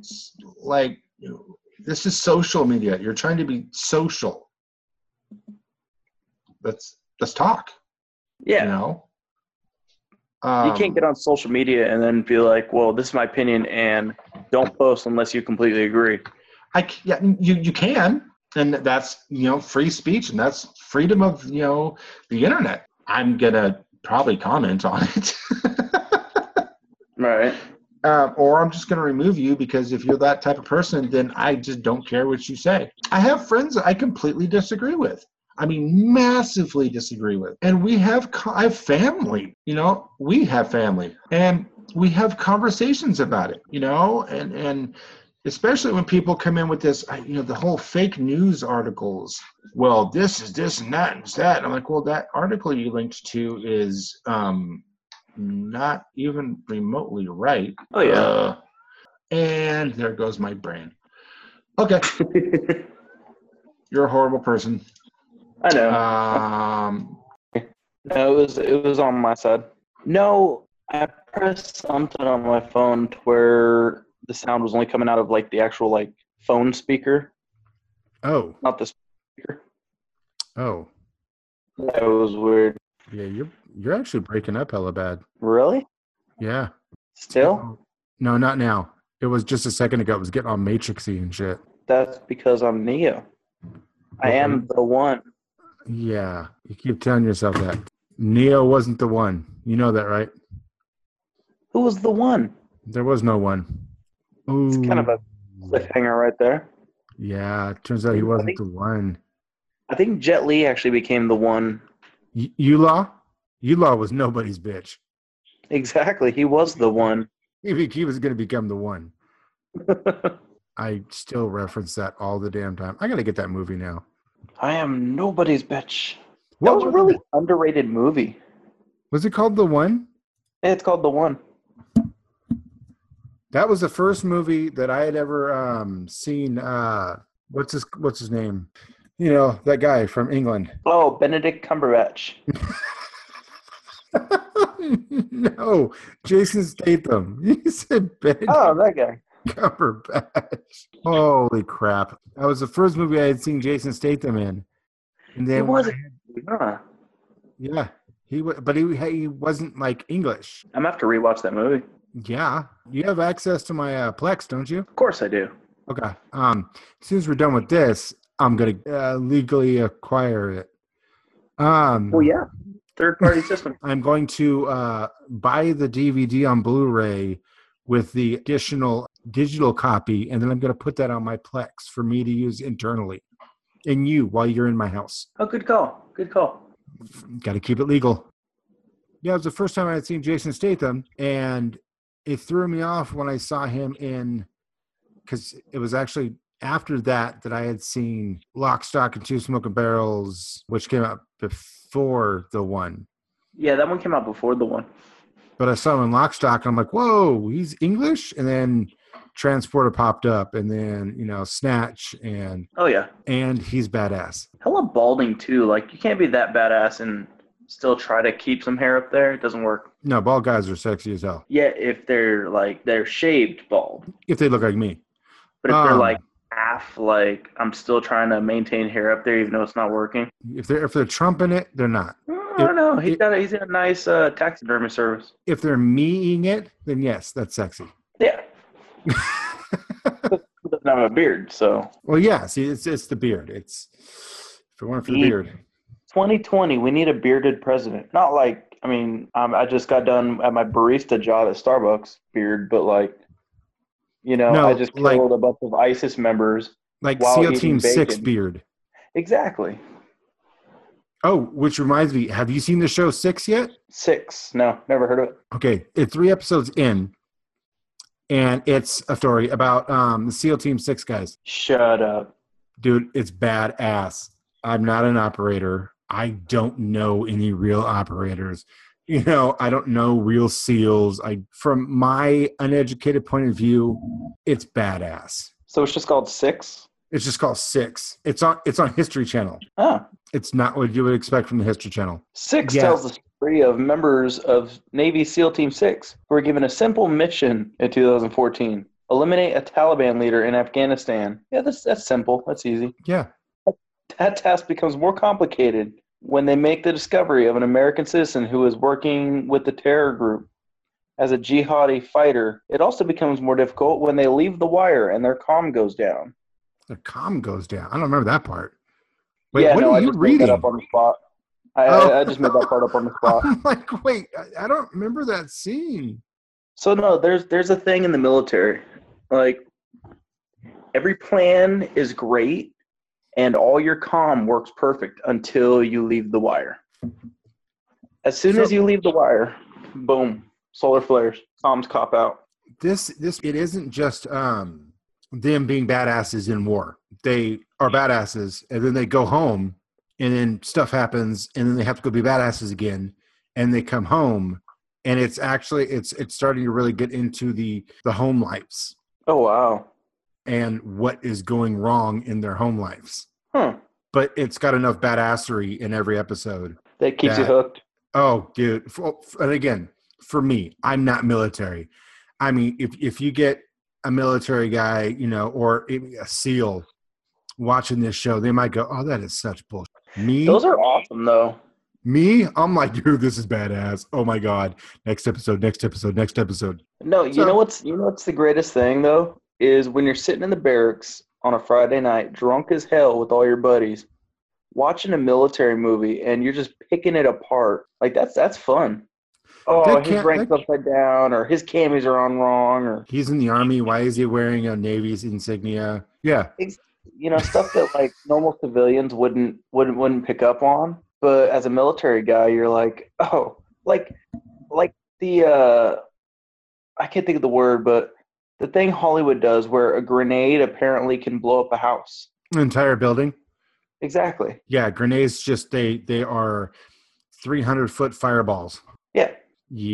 S- Like, you know, this is social media. You're trying to be social. Let's let's talk. Yeah, You know. Um, you can't get on social media and then be like, "Well, this is my opinion," and don't post unless you completely agree. I c- yeah, you you can, and that's you know free speech, and that's freedom of you know the internet. I'm gonna probably comment on it. Right. um, or I'm just going to remove you because if you're that type of person, then I just don't care what you say. I have friends that I completely disagree with. I mean, massively disagree with. And we have, co- I have family, you know, we have family and we have conversations about it, you know, and, and, Especially when people come in with this, I- you know, the whole fake news articles. Well, this is this and that and it's that. I'm like, well, that article you linked to is um, not even remotely right. Oh yeah. Uh, and there goes my brain. Okay, you're a horrible person. Uh, I know. Um, No, it was it was on my side. No, I pressed something on my phone to where the sound was only coming out of like the actual like phone speaker, Oh, not the speaker. oh, That was weird. yeah. You're you're actually breaking up hella bad. Really? Yeah. Still? No, not now. It was just a second ago. It was getting all matrixy and shit. That's because I'm Neo. I am the one. Yeah, you keep telling yourself that. Neo wasn't the one. You know that, right? Who was the one? There was no one. Ooh. It's kind of a Hmm. cliffhanger right there. Yeah, it turns out he I wasn't think- the one. I think Jet Li actually became the one. Y- Ulaw? Ulaw was nobody's bitch. Exactly. He was the one. He, be- he was going to become the one. I still reference that all the damn time. I got to get that movie now. I am nobody's bitch. That What was a was really it? underrated movie. Was it called The One? It's called The One. That was the first movie that I had ever um, seen. Uh, what's his What's his name? You know that guy from England. Oh, Benedict Cumberbatch. no, Jason Statham. You said Ben Oh, that guy. Cumberbatch. Holy crap! That was the first movie I had seen Jason Statham in. And then He when I wasn't. had- Huh. yeah, he was, but he he wasn't like English. I'm gonna have to rewatch that movie. Yeah, you have access to my uh, Plex, don't you? Of course I do. Okay. Um, as soon as we're done with this, I'm gonna uh, legally acquire it. Hmm. Um, Well, Oh, yeah. Third party system. I'm going to uh, buy the DVD on Blu-ray with the additional digital copy, and then I'm gonna put that on my Plex for me to use internally, and you while you're in my house. Oh, good call. Good call. Got to keep it legal. Yeah, it was the first time I had seen Jason Statham, and it threw me off when I saw him in because it was actually after that that I had seen Lock, Stock, and Two Smoking Barrels, which came out before the one. Yeah, that one came out before the one. But I saw him in Lock, Stock, and I'm like, whoa, he's English? And then Transporter popped up, and then, you know, Snatch, and Oh yeah, and he's badass. hella balding too. Like you can't be that badass and still try to keep some hair up there. It doesn't work. No, bald guys are sexy as hell Yeah, if they're like they're shaved bald, if they look like me. but if they're Um. like half, like I'm still trying to maintain hair up there even though it's not working. If they're if they're trumping it, they're not. Mm, I don't know. He's it- got a, he's got a nice uh, taxidermy service. If they're meeing it, then yes, that's sexy. Yeah, he doesn't have a beard, so Well, yeah. See, it's it's the beard. It's if it weren't for the Yeah. beard, 2020, we need a bearded president. Not like, I mean, um, I just got done at my barista job at Starbucks, beard, but like, you know, No, I just like- killed a bunch of ISIS members. like While SEAL eating Team Six bacon. beard. Exactly. Oh, which reminds me, have you seen the show Six yet? Six. No, never heard of it. Okay, it's three episodes in, and it's a story about um, the SEAL Team Six guys. Shut up. Dude, it's badass. I'm not an operator. I don't know any real operators. You know, I don't know real SEALs. I, from my uneducated point of view, it's badass. So it's just called Six? It's just called Six. It's on. It's on History Channel. Oh, It's not what you would expect from the History Channel. Six Yeah. tells the story of members of Navy SEAL Team Six who were given a simple mission in 2014 eliminate a Taliban leader in Afghanistan. Yeah, that's, that's simple. That's easy. Yeah, That task becomes more complicated when they make the discovery of an American citizen who is working with the terror group as a jihadi fighter. It also becomes more difficult when they leave the wire and their comm goes down. the com goes down. I don't remember that part. Wait, yeah, what no, are I you just made reading? that up on the spot. I, Oh. I, I just made that part up on the spot. I'm like, wait, I, I don't remember that scene. So no, there's there's a thing in the military, like every plan is great, and all your comm works perfect until you leave the wire. As soon So- as you leave the wire, boom, solar flares, comms cop out. this this it isn't just um them being badasses in war they are badasses and then they go home and then stuff happens and then they have to go be badasses again and they come home and it's actually it's it's starting to really get into the the home lives Oh wow, and what is going wrong in their home lives huh? but it's got enough badassery in every episode That keeps you That- hooked. Oh, dude. For, and again, for me, I'm not military. I mean, if, if you get a military guy, you know, or even a SEAL watching this show, they might go, oh, that is such bullshit. Me, Those are awesome though. me, I'm like, dude, this is badass. Oh my God. Next episode, next episode, next episode. No, you So- know what's you know what's the greatest thing though is when you're sitting in the barracks on a Friday night, drunk as hell with all your buddies, watching a military movie, and you're just picking it apart. Like that's that's fun. Oh, That his can't- rank's that- upside down, or his camis are on wrong, or He's in the army. Why is he wearing a Navy's insignia? Yeah. you know stuff that like normal civilians wouldn't wouldn't wouldn't pick up on. But as a military guy, you're like, oh, like like the uh, I can't think of the word, but the thing Hollywood does where a grenade apparently can blow up a house. Entire building. Exactly. Yeah. Grenades just, they, they are 300 foot fireballs. Yeah.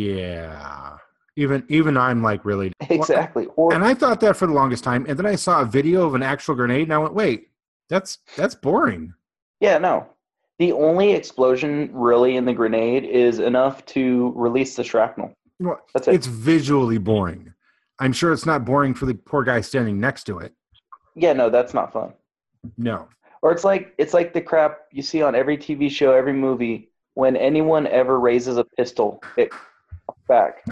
Yeah. Even even I'm like really Exactly. Or and I thought that for the longest time. And then I saw a video of an actual grenade and I went, wait, that's that's boring. yeah, no. The only explosion really in the grenade is enough to release the shrapnel. Well, That's it. It's visually boring. I'm sure it's not boring for the poor guy standing next to it. Yeah, no, that's not fun. No. Or it's like it's like the crap you see on every TV show, every movie. When anyone ever raises a pistol, it comes back.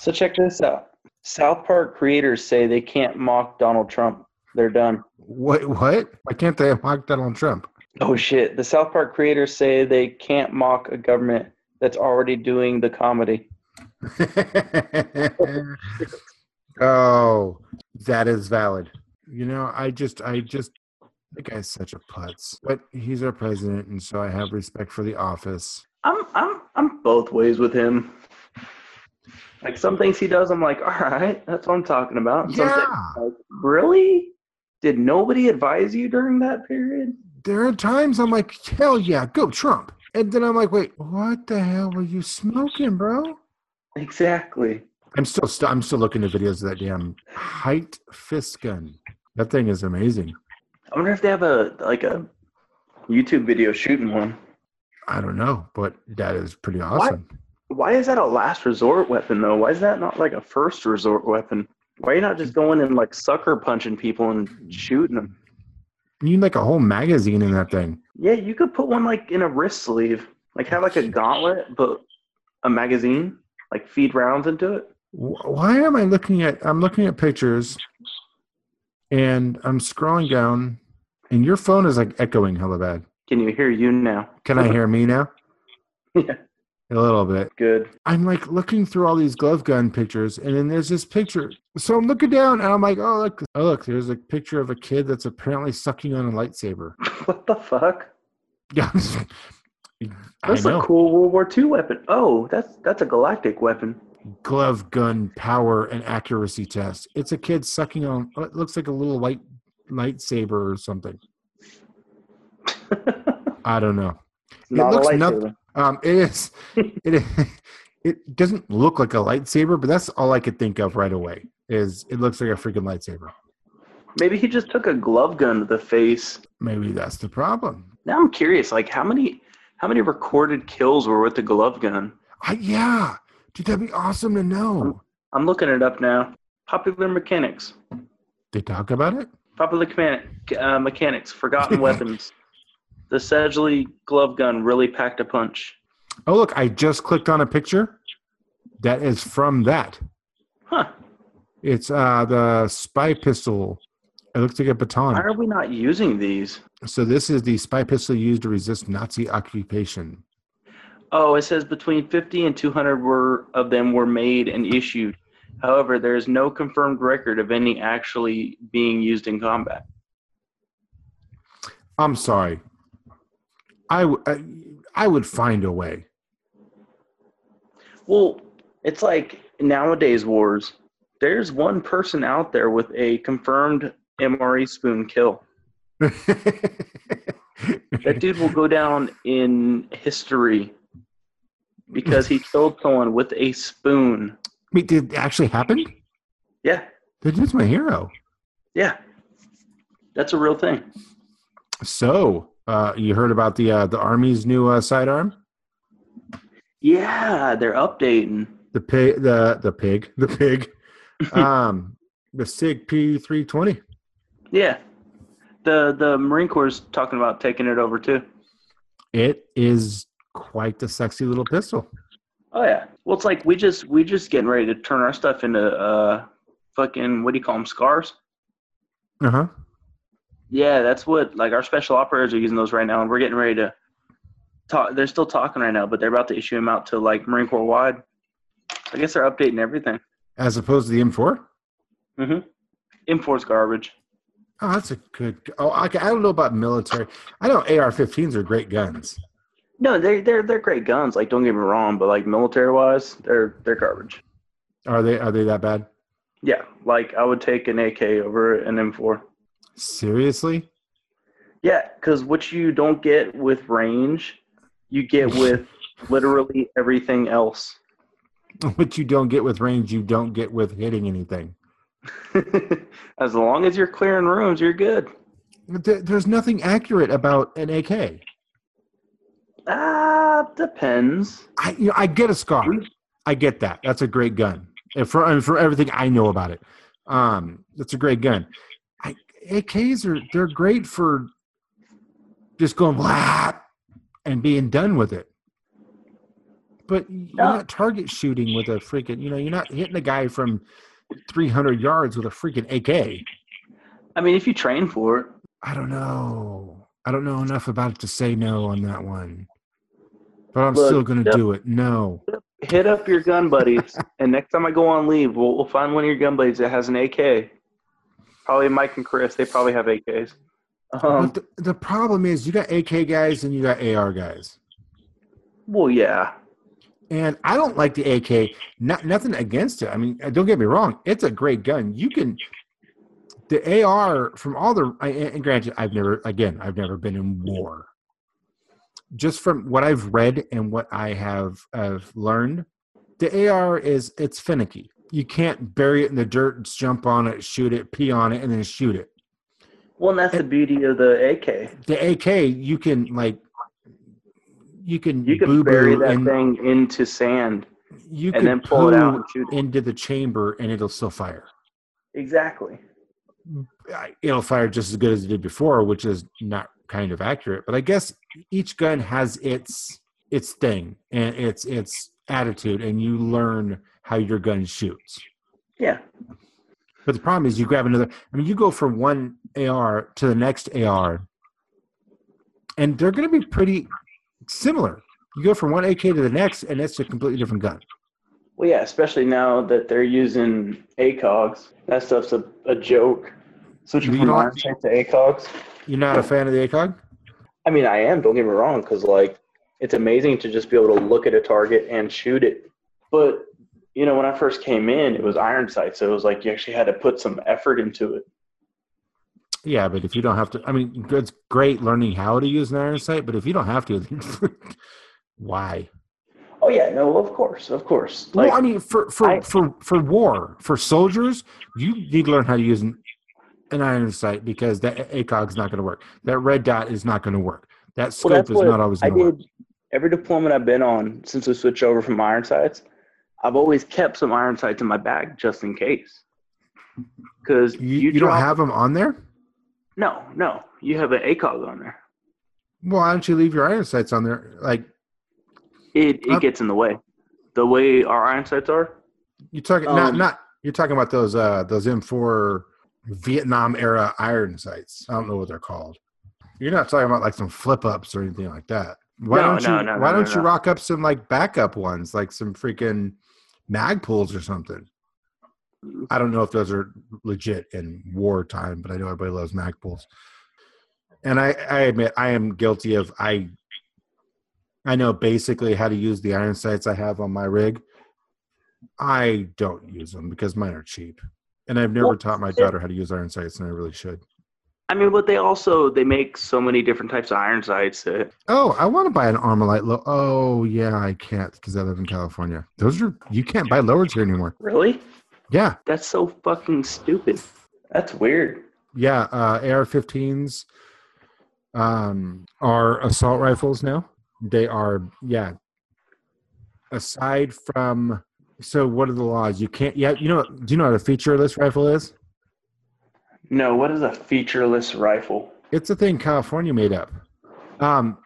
So check this out. South Park creators say they can't mock Donald Trump. They're done. What what? Why can't they mock Donald Trump? Oh shit! The South Park creators say they can't mock a government that's already doing the comedy. oh, that is valid. You know, I just I just the guy's such a putz. But he's our president and so I have respect for the office. I'm I'm I'm both ways with him. Like some things he does, I'm like, all right, that's what I'm talking about. And some yeah, things, like, really? Did nobody advise you during that period? there are times I'm like, hell yeah, go Trump, and then I'm like, wait, what the hell were you smoking, bro? Exactly. I'm still st- I'm still looking at videos of that damn height fist gun. That thing is amazing. I wonder if they have a like a YouTube video shooting one. I don't know, but that is pretty awesome. Why is that a last resort weapon though? Why is that not like a first resort weapon? Why are you not just going and like sucker punching people and shooting them? You need like a whole magazine in that thing. Yeah, you could put one like in a wrist sleeve, like have like a gauntlet, but a magazine, like feed rounds into it. Wh- Why am I looking at? I'm looking at pictures, and I'm scrolling down, and your phone is like echoing hella bad. Can you hear you now? Can I hear me now? Yeah. A little bit. Good. I'm like looking through all these glove gun pictures, and then there's this picture. So I'm looking down, and I'm like, oh look, oh look, there's a picture of a kid that's apparently sucking on a lightsaber. What the fuck? Yeah, I That's a know. cool World War II weapon. Oh, that's that's a galactic weapon. Glove gun power and accuracy test. It's a kid sucking on. uh, It looks like a little white lightsaber or something. I don't know. It's not looks a noth- lightsaber. Um, it is. It it doesn't look like a lightsaber, but that's all I could think of right away. Is it looks like a freaking lightsaber? Maybe he just took a glove gun to the face. Maybe that's the problem. Now I'm curious, like how many how many recorded kills were with the glove gun? I, yeah, dude, that'd be awesome to know. I'm looking it up now. Popular mechanics. They talk about it. Popular mechanic, uh, mechanics. Forgotten weapons. The Sedgley glove gun really packed a punch. Oh look, I just clicked on a picture. That is from that. Huh? It's uh the spy pistol. It looks like a baton. Why are we not using these? So this is the spy pistol used to resist Nazi occupation. Oh, it says between 50 and 200 were of them were made and issued. However, there is no confirmed record of any actually being used in combat. I'm sorry. I w- I I would find a way. Well, it's like nowadays wars. There's one person out there with a confirmed MRE spoon kill. That dude will go down in history because he killed someone with a spoon. Wait, did it actually happen? Yeah, That dude's my hero. yeah. That's a real thing. So, uh, you heard about the uh, the army's new uh, sidearm? Yeah, they're updating. The pig, the the pig, the pig, um, the Sig P three twenty. Yeah. The the Marine Corps is talking about taking it over too. It is quite the sexy little pistol. Oh yeah. Well, it's like we just we just getting ready to turn our stuff into uh fucking what do you call them scars? Uh huh. Yeah, that's what like our special operators are using those right now, and we're getting ready to talk. They're still talking right now, but they're about to issue them out to like Marine Corps wide. I guess they're updating everything. As opposed to the M four. Imports garbage. Oh, that's a good. Oh, I, I don't know about military. I know AR 15s are great guns. No, they they're they're great guns. Like don't get me wrong, but like military wise, they're they're garbage. Are they? Are they that bad? Yeah, like I would take an AK over an M4. Seriously? Yeah, because what you don't get with range, you get with literally everything else. What you don't get with range, you don't get with hitting anything. as long as you're clearing rooms, you're good. There, there's nothing accurate about an AK. Ah, depends. I, you know, I get a scar. I get that. That's a great gun. And for and for everything I know about it, um, that's a great gun. I, AKs are they're great for just going blah and being done with it. But you're Yeah. not target shooting with a freaking. You know, you're not hitting a guy from 300 yards with a freaking AK. I mean, if you train for it, I don't know. I don't know enough about it to say no on that one. But I'm Look, still going to yeah. do it. No. hit up your gun buddies, and next time I go on leave, we'll, we'll find one of your gun buddies that has an AK. Probably Mike and Chris. They probably have AKs. Um, but the, the problem is you got AK guys and you got AR guys. well, yeah. And I don't like the AK. Not nothing against it. I mean, uh, don't get me wrong. It's a great gun. You can the AR from all the I- and granted, I've never again, I've never been in war. Just from what I've read and what I have have learned, the AR is it's finicky. You can't bury it in the dirt, jump on it, shoot it, pee on it, and then shoot it. Well, and that's the beauty of the AK. The AK, you can like you can You can boo-boo bury that and thing into sand you and can then pull it out and shoot it. into the chamber and it'll still fire. Exactly. I- It'll fire just as good as it did before, which is not kind of accurate. But I guess each gun has its its thing and its its attitude, and you learn how your gun shoots. Yeah. But the problem is, you grab another. I mean, you go from one AR to the next AR, and they're going to be pretty similar. You go from one AK to the next, and it's a completely different gun. Well, yeah, especially now that they're using ACOGs. That stuff's a, a joke. Switching You from don't- iron sight to ACOGs. You're not a fan of the ACOG? I mean, I am. Don't get me wrong, because like it's amazing to just be able to look at a target and shoot it. But you know, when I first came in, it was iron sight, so it was like you actually had to put some effort into it. Yeah, but if you don't have to, I mean, it's great learning how to use an iron sight, but if you don't have to, then why? Oh yeah, no, of course, of course. Like well, I mean, for for, I- for for war, for soldiers, you need to learn how to use an, an iron sight because that A- ACOG's not going to work. That red dot is not going to work. That well, scope that's is what not always I going to work. did. Every deployment I've been on since we switched over from iron sights, I've always kept some iron sights in my bag just in case. Because You, you, don't have them on there? no, no, you have an ACOG on there. Well, why don't you leave your iron sights on there? Like, It it Huh? gets in the way. The way our iron sights are, you're talking, not, Um, not, you're talking about those, uh, those M4 Vietnam era iron sights. I don't know what they're called. You're not talking about like some flip ups or anything like that. Why No, don't you, no, no, why no, no, don't you no. rock up some like backup ones, like some freaking Magpuls or something? I don't know if those are legit in wartime, but I know everybody loves Magpuls. And I, I admit I am guilty of I I know basically how to use the iron sights I have on my rig. I don't use them because mine are cheap. And I've never Well, taught my daughter how to use iron sights, and I really should. I mean, but they also they make so many different types of iron sights that Oh, I want to buy an Armalite. Lo- oh, yeah, I can't because I live in California. Those are you can't buy lowers here anymore. really Yeah, that's so fucking stupid. That's weird. yeah. Uh, AR-15s um, are assault rifles now. They are, yeah. Aside from, so what are the laws? You can't. Yeah, you know. Do you know what a featureless rifle is? No, what is a featureless rifle? It's a thing California made up. Um,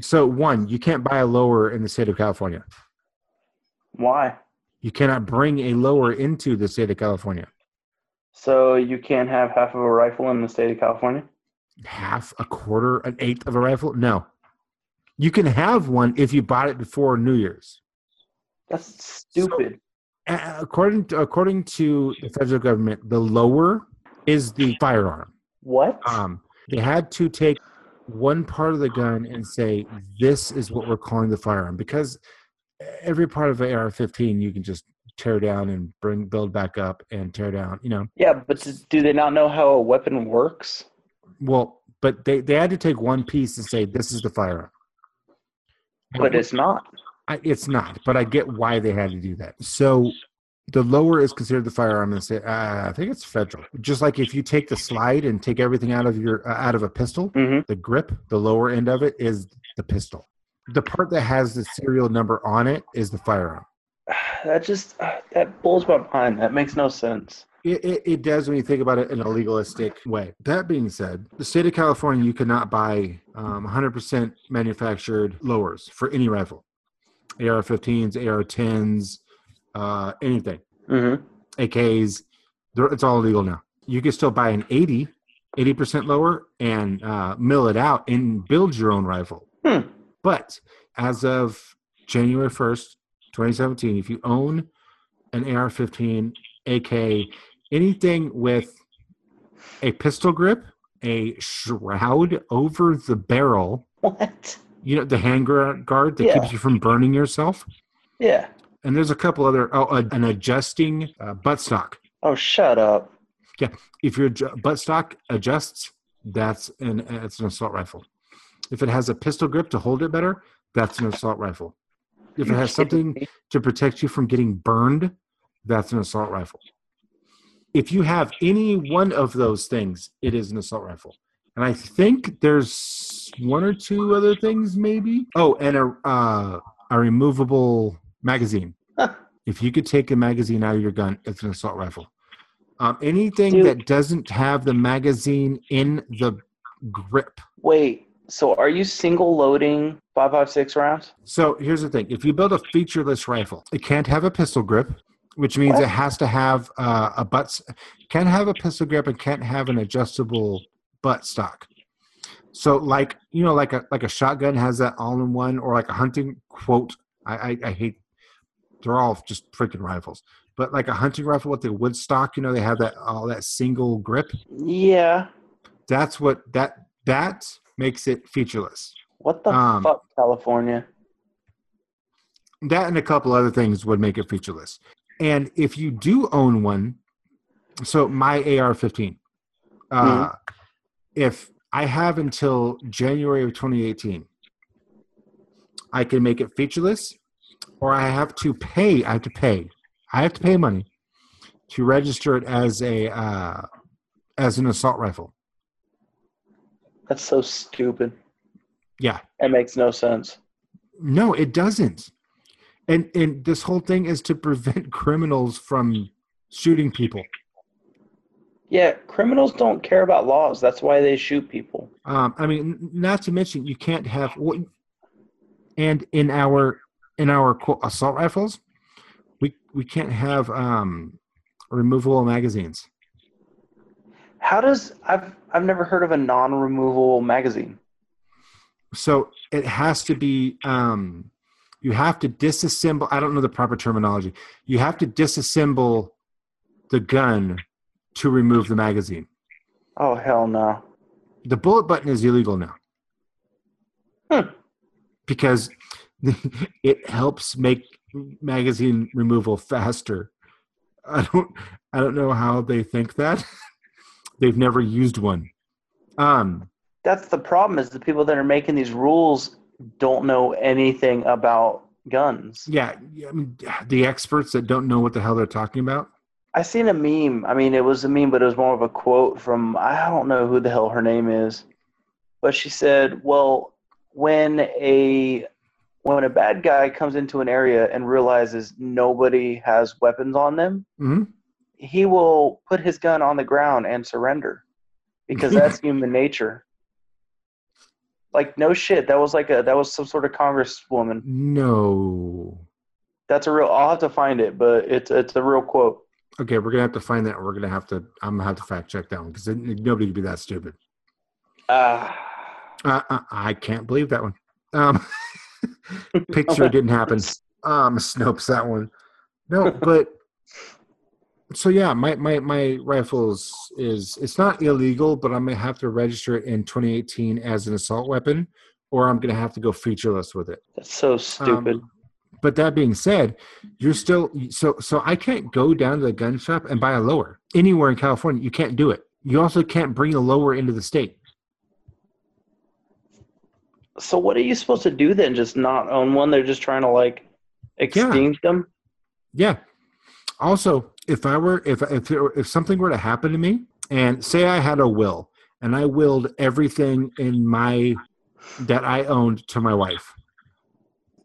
so one, you can't buy a lower in the state of California. Why? You cannot bring a lower into the state of California. So you can't have half of a rifle in the state of California? Half, a quarter, an eighth of a rifle? No. You can have one if you bought it before New Year's. That's stupid. A- According to, according to the federal government, the lower is the firearm. what? Um, they had to take one part of the gun and say, this is what we're calling the firearm. Because every part of AR 15, you can just tear down and bring, build back up and tear down, you know. yeah, but d- do they not know how a weapon works? Well, but they, they had to take one piece and say this is the firearm. But it's not. I, it's not. But I get why they had to do that. So the lower is considered the firearm. And say, uh, I think it's federal. Just like if you take the slide and take everything out of your uh, out of a pistol, Mm-hmm. the grip, the lower end of it is the pistol. The part that has the serial number on it is the firearm. That just uh, that blows my mind. That makes no sense. It, it, it does when you think about it in a legalistic way. That being said, the state of California, you cannot buy um, 100% manufactured lowers for any rifle AR 15s, AR 10s, uh, anything, Mm-hmm. AKs. They're, it's all illegal now. You can still buy an 80, 80% lower and uh, mill it out and build your own rifle. Hmm. But as of January 1st, 2017, if you own an AR 15, AK, anything with a pistol grip, a shroud over the barrel, What? you know, the hand gra- guard that Yeah. keeps you from burning yourself. Yeah. And there's a couple other, oh, a, an adjusting uh, buttstock. Oh, shut up. If your ju- buttstock adjusts, that's an, it's an assault rifle. If it has a pistol grip to hold it better, that's an assault rifle. If it You has kidding something me? to protect you from getting burned, that's an assault rifle. If you have any one of those things, it is an assault rifle. And I think there's one or two other things, maybe. Oh, and a uh, a removable magazine. Huh. if you could take a magazine out of your gun, it's an assault rifle. Um, anything Dude. that doesn't have the magazine in the grip. Wait. So are you single loading 5.56 rounds? So here's the thing: if you build a featureless rifle, it can't have a pistol grip, which means What? it has to have uh, a butt. Can't have a pistol grip and can't have an adjustable butt stock. So, like you know, like a like a shotgun has that all-in-one, or like a hunting quote. I I, I hate. They're all just freaking rifles, but like a hunting rifle with the wood stock, you know, they have that all that single grip. Yeah. That's what that that makes it featureless. What the Um, fuck, California? that and a couple other things would make it featureless. And if you do own one, so my AR-15, uh, if I have until January of 2018, I can make it featureless, or I have to pay. I have to pay. I have to pay money to register it as a uh, as an assault rifle. That's so stupid. Yeah. That makes no sense. No, it doesn't. And and this whole thing is to prevent criminals from shooting people. Yeah, criminals don't care about laws. That's why they shoot people. Um, I mean, n- not to mention you can't have. well, And in our in our quote, assault rifles, we we can't have um, removable magazines. How does I've I've never heard of a non-removable magazine. So it has to be. Um, you have to disassemble. I don't know the proper terminology. You have to disassemble the gun to remove the magazine. Oh hell no. The bullet button is illegal now. Hmm. Because it helps make magazine removal faster. I don't I don't know how they think that. They've never used one. Um That's the problem is the people that are making these rules don't know anything about guns. yeah, yeah, I mean, the experts that don't know what the hell they're talking about. I seen a meme. I mean, it was a meme, but it was more of a quote from I don't know who the hell her name is, but she said, "Well, when a when a bad guy comes into an area and realizes nobody has weapons on them, hmm he will put his gun on the ground and surrender because that's human nature." Like no shit, that was like a that was some sort of congresswoman. No. That's a real. I'll have to find it, but it's it's a real quote. Okay, we're gonna have to find that. We're gonna have to. I'm gonna have to fact check that one because nobody could be that stupid. Ah. Uh, uh, I can't believe that one. Um, picture didn't happen. Um, Snopes that one. No, but so yeah, my my my rifles is it's not illegal, but I'm gonna have to register it in 2018 as an assault weapon, or I'm gonna have to go featureless with it. That's so stupid. Um, but that being said, you're still so so I can't go down to the gun shop and buy a lower anywhere in California. You can't do it. You also can't bring a lower into the state. so what are you supposed to do then? Just not own one? They're just trying to like extinct them. Yeah. Also, if I were if if there were- if something were to happen to me, and say I had a will, and I willed everything in my that I owned to my wife.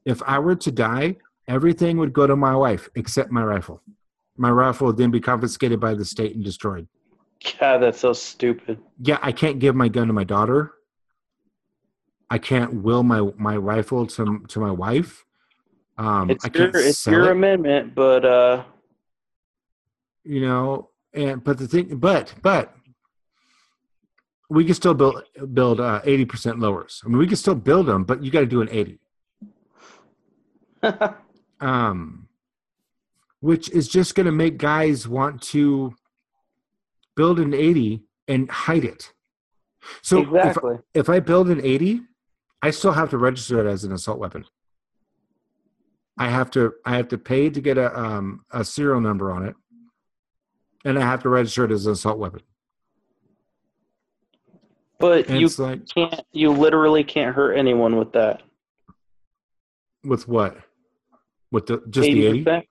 If I were to die, everything would go to my wife except my rifle. My rifle would then be confiscated by the state and destroyed. God, that's so stupid. Yeah, I can't give my gun to my daughter. I can't will my my rifle to to my wife. Um, It's I can't your it's sell your it. amendment, but uh, you know and but the thing but but we can still build build uh, 80% lowers i mean we can still build them but you got to do an 80 um which is just going to make guys want to build an 80 and hide it so if, exactly. if i build an 80 I still have to register it as an assault weapon. I have to I have to pay to get a um, a serial number on it, and I have to register it as an assault weapon. But And you it's like can't. You literally can't hurt anyone with that. with what? With the just the eighty? 80%?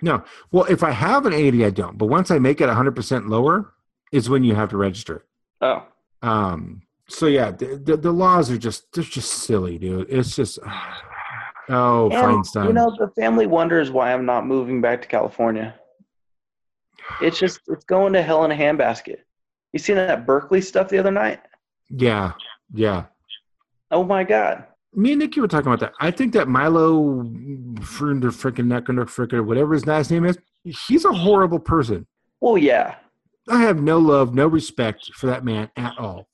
Yeah. Well, if I have an eighty, I don't. But once I make it hundred percent lower, is when you have to register. it. Oh. Um. So yeah, the, the the laws are just they're just silly, dude. It's just oh And, Feinstein. You know, the family wonders why I'm not moving back to California. It's just it's going to hell in a handbasket. You seen that Berkeley stuff the other night? yeah, yeah. Oh my god. Me and Nikki were talking about that. I think that Milo Frinder freaking Necker Fricker, whatever his last name is, he's a horrible person. Well, yeah, I have no love, no respect for that man at all.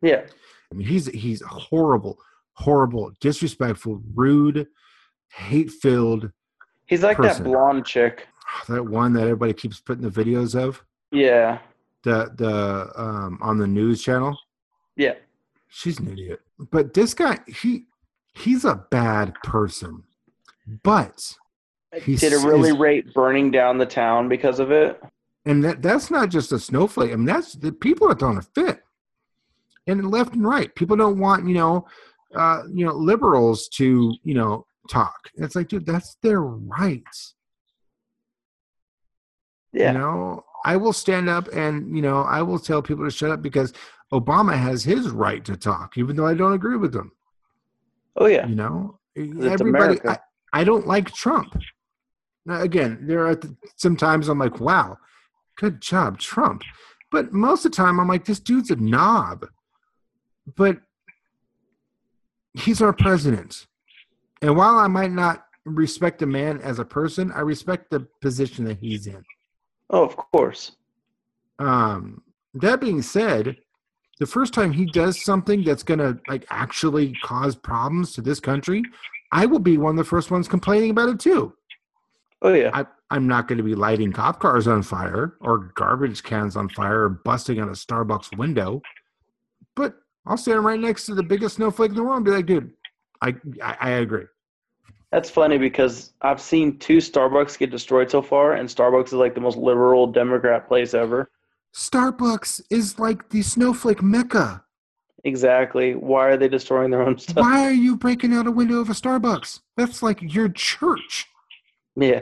yeah. I mean, he's he's horrible, horrible, disrespectful, rude, hate filled. He's like Person. that blonde chick. That one that everybody keeps putting the videos of Yeah, the the um, on the news channel. yeah. She's an idiot. But this guy, he he's a bad person. But He's- Did a really he's- rate burning down the town because of it? and that that's not just a snowflake. I mean, that's the people are throwing a fit, and left and right. People don't want you know, uh, you know, liberals to you know talk. And it's like, dude, that's their rights. Yeah, You know, I will stand up and you know I will tell people to shut up because Obama has his right to talk, even though I don't agree with him. oh yeah. you know E, it's everybody I, America. I don't like trump now again there are th- sometimes i'm like wow good job trump but most of the time i'm like this dude's a knob but he's our president and while i might not respect a man as a person i respect the position that he's in Oh, of course. um, that being said, the first time he does something that's going to like actually cause problems to this country, I will be one of the first ones complaining about it too. Oh yeah. I, I'm not going to be lighting cop cars on fire or garbage cans on fire or busting out a Starbucks window, but I'll stand right next to the biggest snowflake in the world and be like, dude, I I, I agree. That's funny because I've seen two Starbucks get destroyed so far, and Starbucks is like the most liberal Democrat place ever. Starbucks is like the snowflake mecca. Exactly. Why are they destroying their own stuff? Why are you breaking out a window of a Starbucks? That's like your church. Yeah.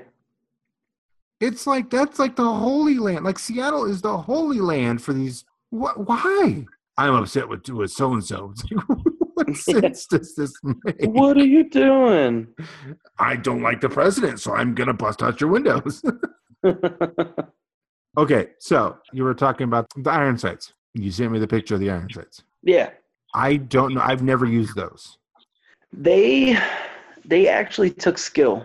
It's like that's like the holy land. Like Seattle is the holy land for these. Wh- why? I'm upset with with so and so. What sense does this make? What are you doing? I don't like the president, so I'm gonna bust out your windows. okay, so you were talking about the iron sights. You sent me the picture of the iron sights. yeah. I don't know. I've never used those. they they actually took skill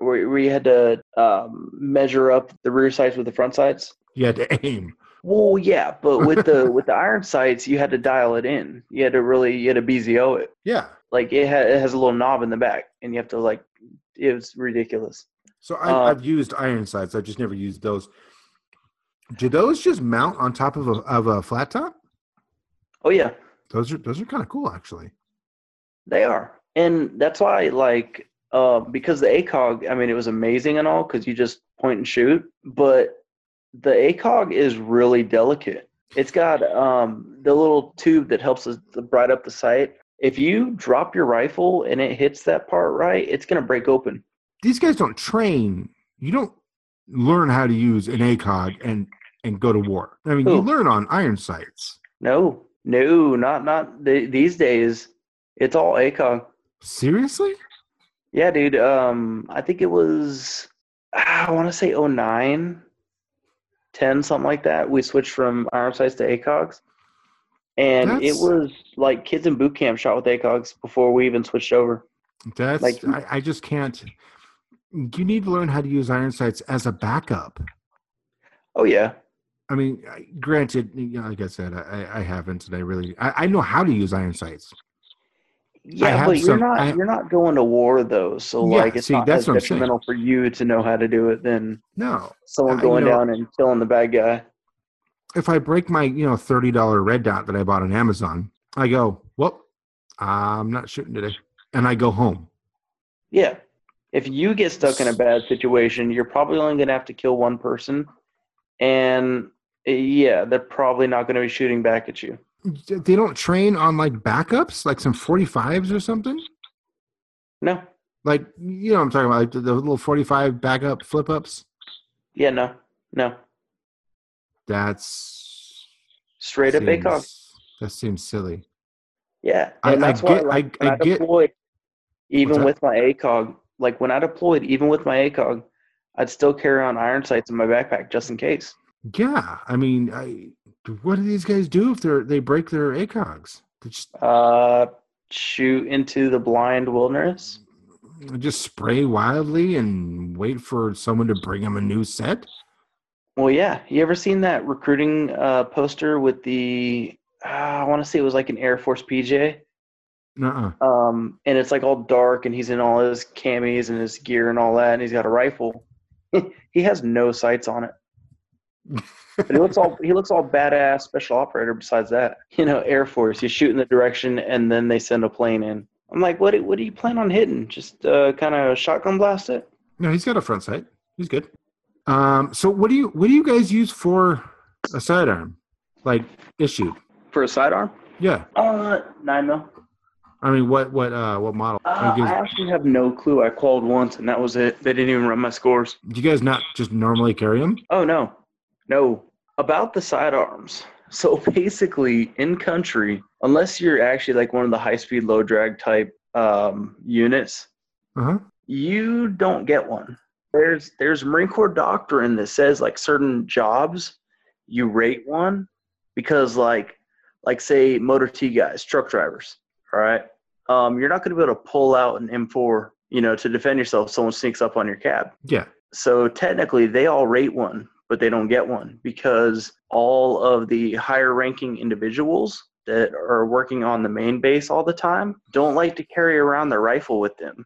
where, where you had to um, measure up the rear sights with the front sights You had to aim. well yeah but with the with the iron sights you had to dial it in you had to really you had to bzo it Yeah. like it, ha- it has a little knob in the back and you have to like it was ridiculous So I, Uh, I've used iron sights. I've just never used those. Do those just mount on top of a of a flat top? oh yeah Those are those are kind of cool, actually. They are, and that's why like uh, because the ACOG, I mean, it was amazing and all because you just point and shoot, but the ACOG is really delicate. It's got um, the little tube that helps us to bright up the sight. If you drop your rifle and it hits that part right, it's gonna break open. These guys don't train. You don't learn how to use an ACOG and and go to war. I mean, you Who? learn on iron sights. No, no, not not th- these days. It's all ACOG. Seriously? Yeah, dude. Um, I think it was ah, I want to say 09, 10, something like that. We switched from iron sights to ACOGs, and it That's- was like kids in boot camp shot with ACOGs before we even switched over. That's Like- I, I just can't. You need to learn how to use iron sights as a backup. Oh yeah, I mean, I- granted, you know, like I said, I, I haven't, and I really I, I know how to use iron sights. yeah, have but you're some- not I- you're not going to war though, so Yeah, like it's see, not that's as what I'm saying. detrimental for you to know how to do it than No, someone I going know. down and killing the bad guy. if I break my you know thirty dollar red dot that I bought on Amazon, I go, well, I'm not shooting today. And I go home. Yeah. If you get stuck in a bad situation, you're probably only going to have to kill one person. And uh, yeah, they're probably not going to be shooting back at you. They don't train on like backups, like some 45s or something. No. Like, you know what I'm talking about, like the, the little 45 backup flip ups. Yeah, no. No. That's Straight up Bake Off. seems- That seems silly. Yeah, I- and I that's why get- like, I- when I I get- deployed, What's even that? with my ACOG, like when I deployed, even with my ACOG, I'd still carry on iron sights in my backpack just in case. Yeah, I mean, I, what do these guys do if they're they break their ACOGs? They just Uh, shoot into the blind wilderness. just spray wildly and wait for someone to bring them a new set. Well, yeah, you ever seen that recruiting uh, poster with the? Uh, I want to say it was like an Air Force PJ, Nuh-uh. um, and it's like all dark, and he's in all his camis and his gear and all that, and he's got a rifle. he has no sights on it. But he looks all he looks all badass special operator besides that. You know, Air Force, you shoot in the direction and then they send a plane in. I'm like, what do- what do you plan on hitting? Just uh, kind of shotgun blast it? No, he's got a front sight. He's good. Um, so what do you what do you guys use for a sidearm? Like issued? For a sidearm? Yeah. Uh nine mil. I I mean what what uh what model? Uh, Who gives- I actually have no clue. I called once and that was it. They didn't even run my scores. do you guys not just normally carry them? Oh no, no. About the sidearms. So basically, in country, unless you're actually like one of the high speed, low drag type um, units, Uh-huh. you don't get one. There's there's Marine Corps doctrine that says like certain jobs, you rate one because like like say motor T guys, truck drivers, all right. Um, you're not going to be able to pull out an M4, you know, to defend yourself. if Someone sneaks up on your cab. Yeah. So technically, they all rate one, but they don't get one because all of the higher ranking individuals that are working on the main base all the time don't like to carry around their rifle with them.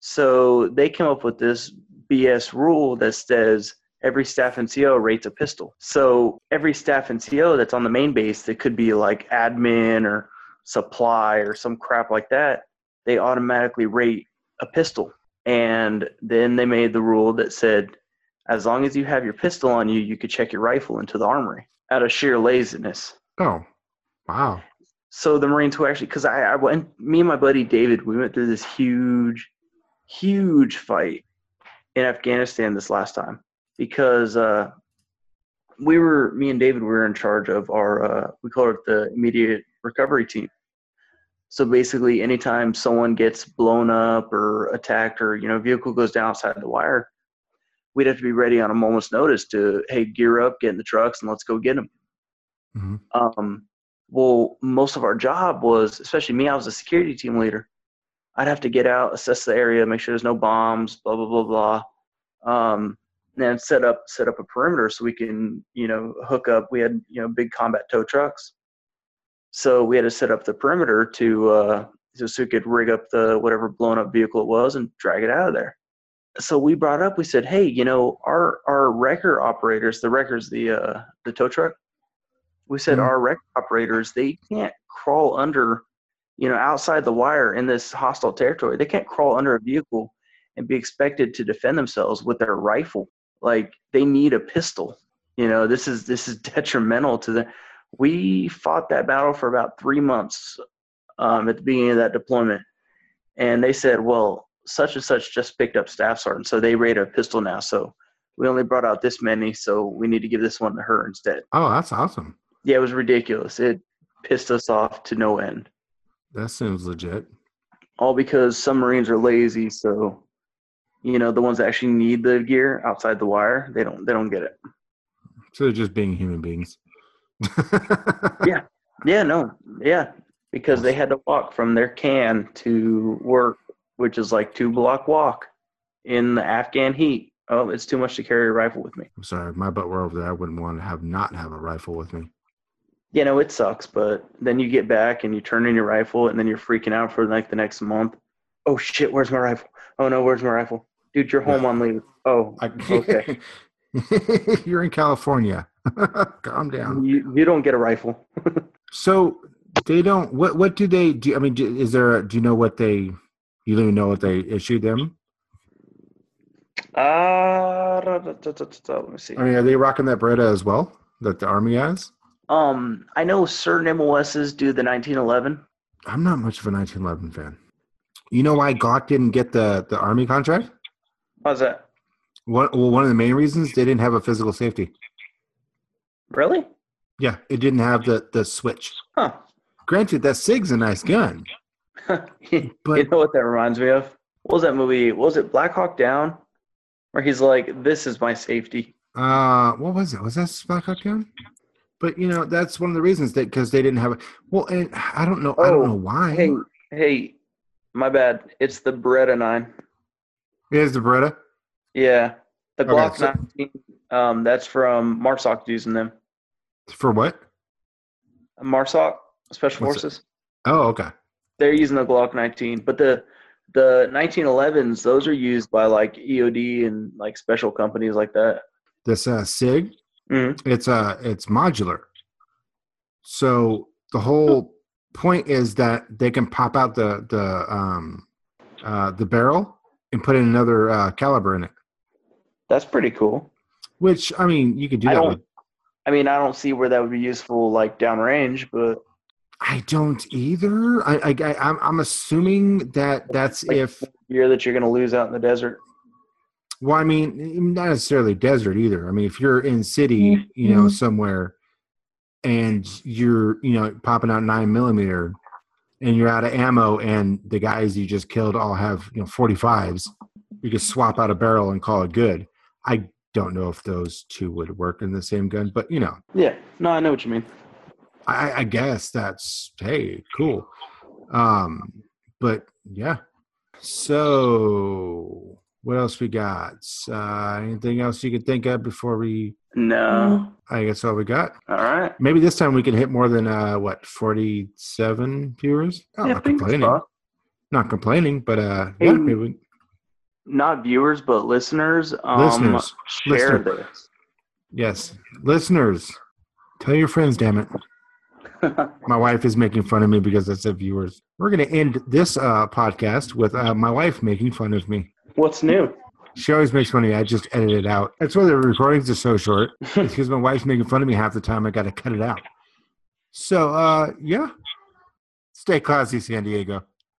So they came up with this BS rule that says every staff and CO rates a pistol. So every staff and CO that's on the main base that could be like admin or supply or some crap like that, they automatically rate a pistol and then they made the rule that said as long as you have your pistol on you you could check your rifle into the armory out of sheer laziness Oh. Wow. so the marines who actually because I, I went me and my buddy david we went through this huge huge fight in afghanistan this last time because uh, we were me and david we were in charge of our uh, we call it the immediate recovery team so basically anytime someone gets blown up or attacked or you know vehicle goes down outside the wire we'd have to be ready on a moment's notice to hey gear up get in the trucks and let's go get them Mhm. um, well, most of our job was, especially me, I was a security team leader. I'd have to get out, assess the area, make sure there's no bombs, blah blah blah blah, um, and set up set up a perimeter so we can, you know, hook up. We had you know big combat tow trucks, so we had to set up the perimeter to uh, so, so we could rig up the whatever blown up vehicle it was and drag it out of there. So we brought up, we said, hey, you know, our our wrecker operators, the wreckers, the uh, the tow truck. We said Mhm. our wreck operators, they can't crawl under, you know, outside the wire in this hostile territory. They can't crawl under a vehicle and be expected to defend themselves with their rifle. Like they need a pistol. You know, this is this is detrimental to the. We fought that battle for about three months um, at the beginning of that deployment, and they said, "Well, such and such just picked up staff sergeant, so they rate a pistol now. So we only brought out this many, so we need to give this one to her instead." Oh, that's awesome. Yeah, it was ridiculous. It pissed us off to no end. That seems legit. All because some Marines are lazy, so you know the ones that actually need the gear outside the wire, they don't they don't get it. So they're just being human beings. Yeah, no, yeah, because they had to walk from their can to work, which is like two block walk in the Afghan heat. Oh, it's too much to carry a rifle with me. I'm sorry, if my butt were over there, I wouldn't want to have not have a rifle with me. You know it sucks, but then you get back and you turn in your rifle, and then you're freaking out for like the next month. Oh shit, where's my rifle? Oh no, where's my rifle? Dude, you're home Yeah. on leave. Oh, I, okay. You're in California. Calm down. You, you don't get a rifle. So They don't. What What do they do? I mean, do, is there? A, do you know what they? You don't even know what they issued them. Uh, da, da, da, da, da, let me see. I mean, are they rocking that Beretta as well that the army has? Um, I know certain MOSs do the 1911. I'm not much of a 1911 fan. You know why Glock didn't get the the army contract? How's that? One, well, one of the main reasons they didn't have a physical safety. Really? Yeah, it didn't have the the switch. Huh. Granted, that SIG's a nice gun. you But- know what that reminds me of? What was that movie? What was it Black Hawk Down? Where he's like, "This is my safety." Uh, what was it? Was that Black Hawk Down? But you know, that's one of the reasons that because they didn't have it. Well, and I don't know. I Oh, don't know why. Hey, hey, my bad. It's the Beretta Nine. Here's the Beretta. Yeah, the Okay, Glock so- 19. Um, that's from Marsoc using them. For what? Marsoc Special What's it? Forces. Oh, okay. They're using the Glock 19, but the the 1911s those are used by like EOD and like special companies like that. This uh, Sig. Mhm. It's uh, it's modular. So the whole point is that they can pop out the the um, uh, the barrel and put in another uh, caliber in it. That's pretty cool. Which I mean, you can do I that. don't- With, I mean, I don't see where that would be useful like downrange, but I don't either. I, I, I I'm I'm assuming that that's Like- if gear that you're going to lose out in the desert. Well, I mean, not necessarily desert either. I mean, if you're in city, you know, Mhm. somewhere, and you're, you know, popping out nine millimeter, and you're out of ammo, and the guys you just killed all have, you know, forty fives, you could swap out a barrel and call it good. I don't know if those two would work in the same gun, but you know, Yeah, no, I know what you mean. I, I guess that's hey, cool. Um, but yeah. So what else we got? Uh, anything else you could think of before we? No, I guess all we got. all right. Maybe this time we can hit more than uh, what forty-seven viewers. Oh, Yeah, not fingers complaining. crossed. Not complaining, but uh, Hey, yeah, maybe we- Not viewers, but listeners. Um, Listeners. share yes, listeners, tell your friends. Damn it. this. My wife is making fun of me because I said viewers. We're going to end this uh, podcast with uh, my wife making fun of me. What's new? She always makes fun of me. I just edit it out. That's why the recordings are so short. It's because my wife's making fun of me half the time. I got to cut it out. So, uh, yeah. Stay classy, San Diego.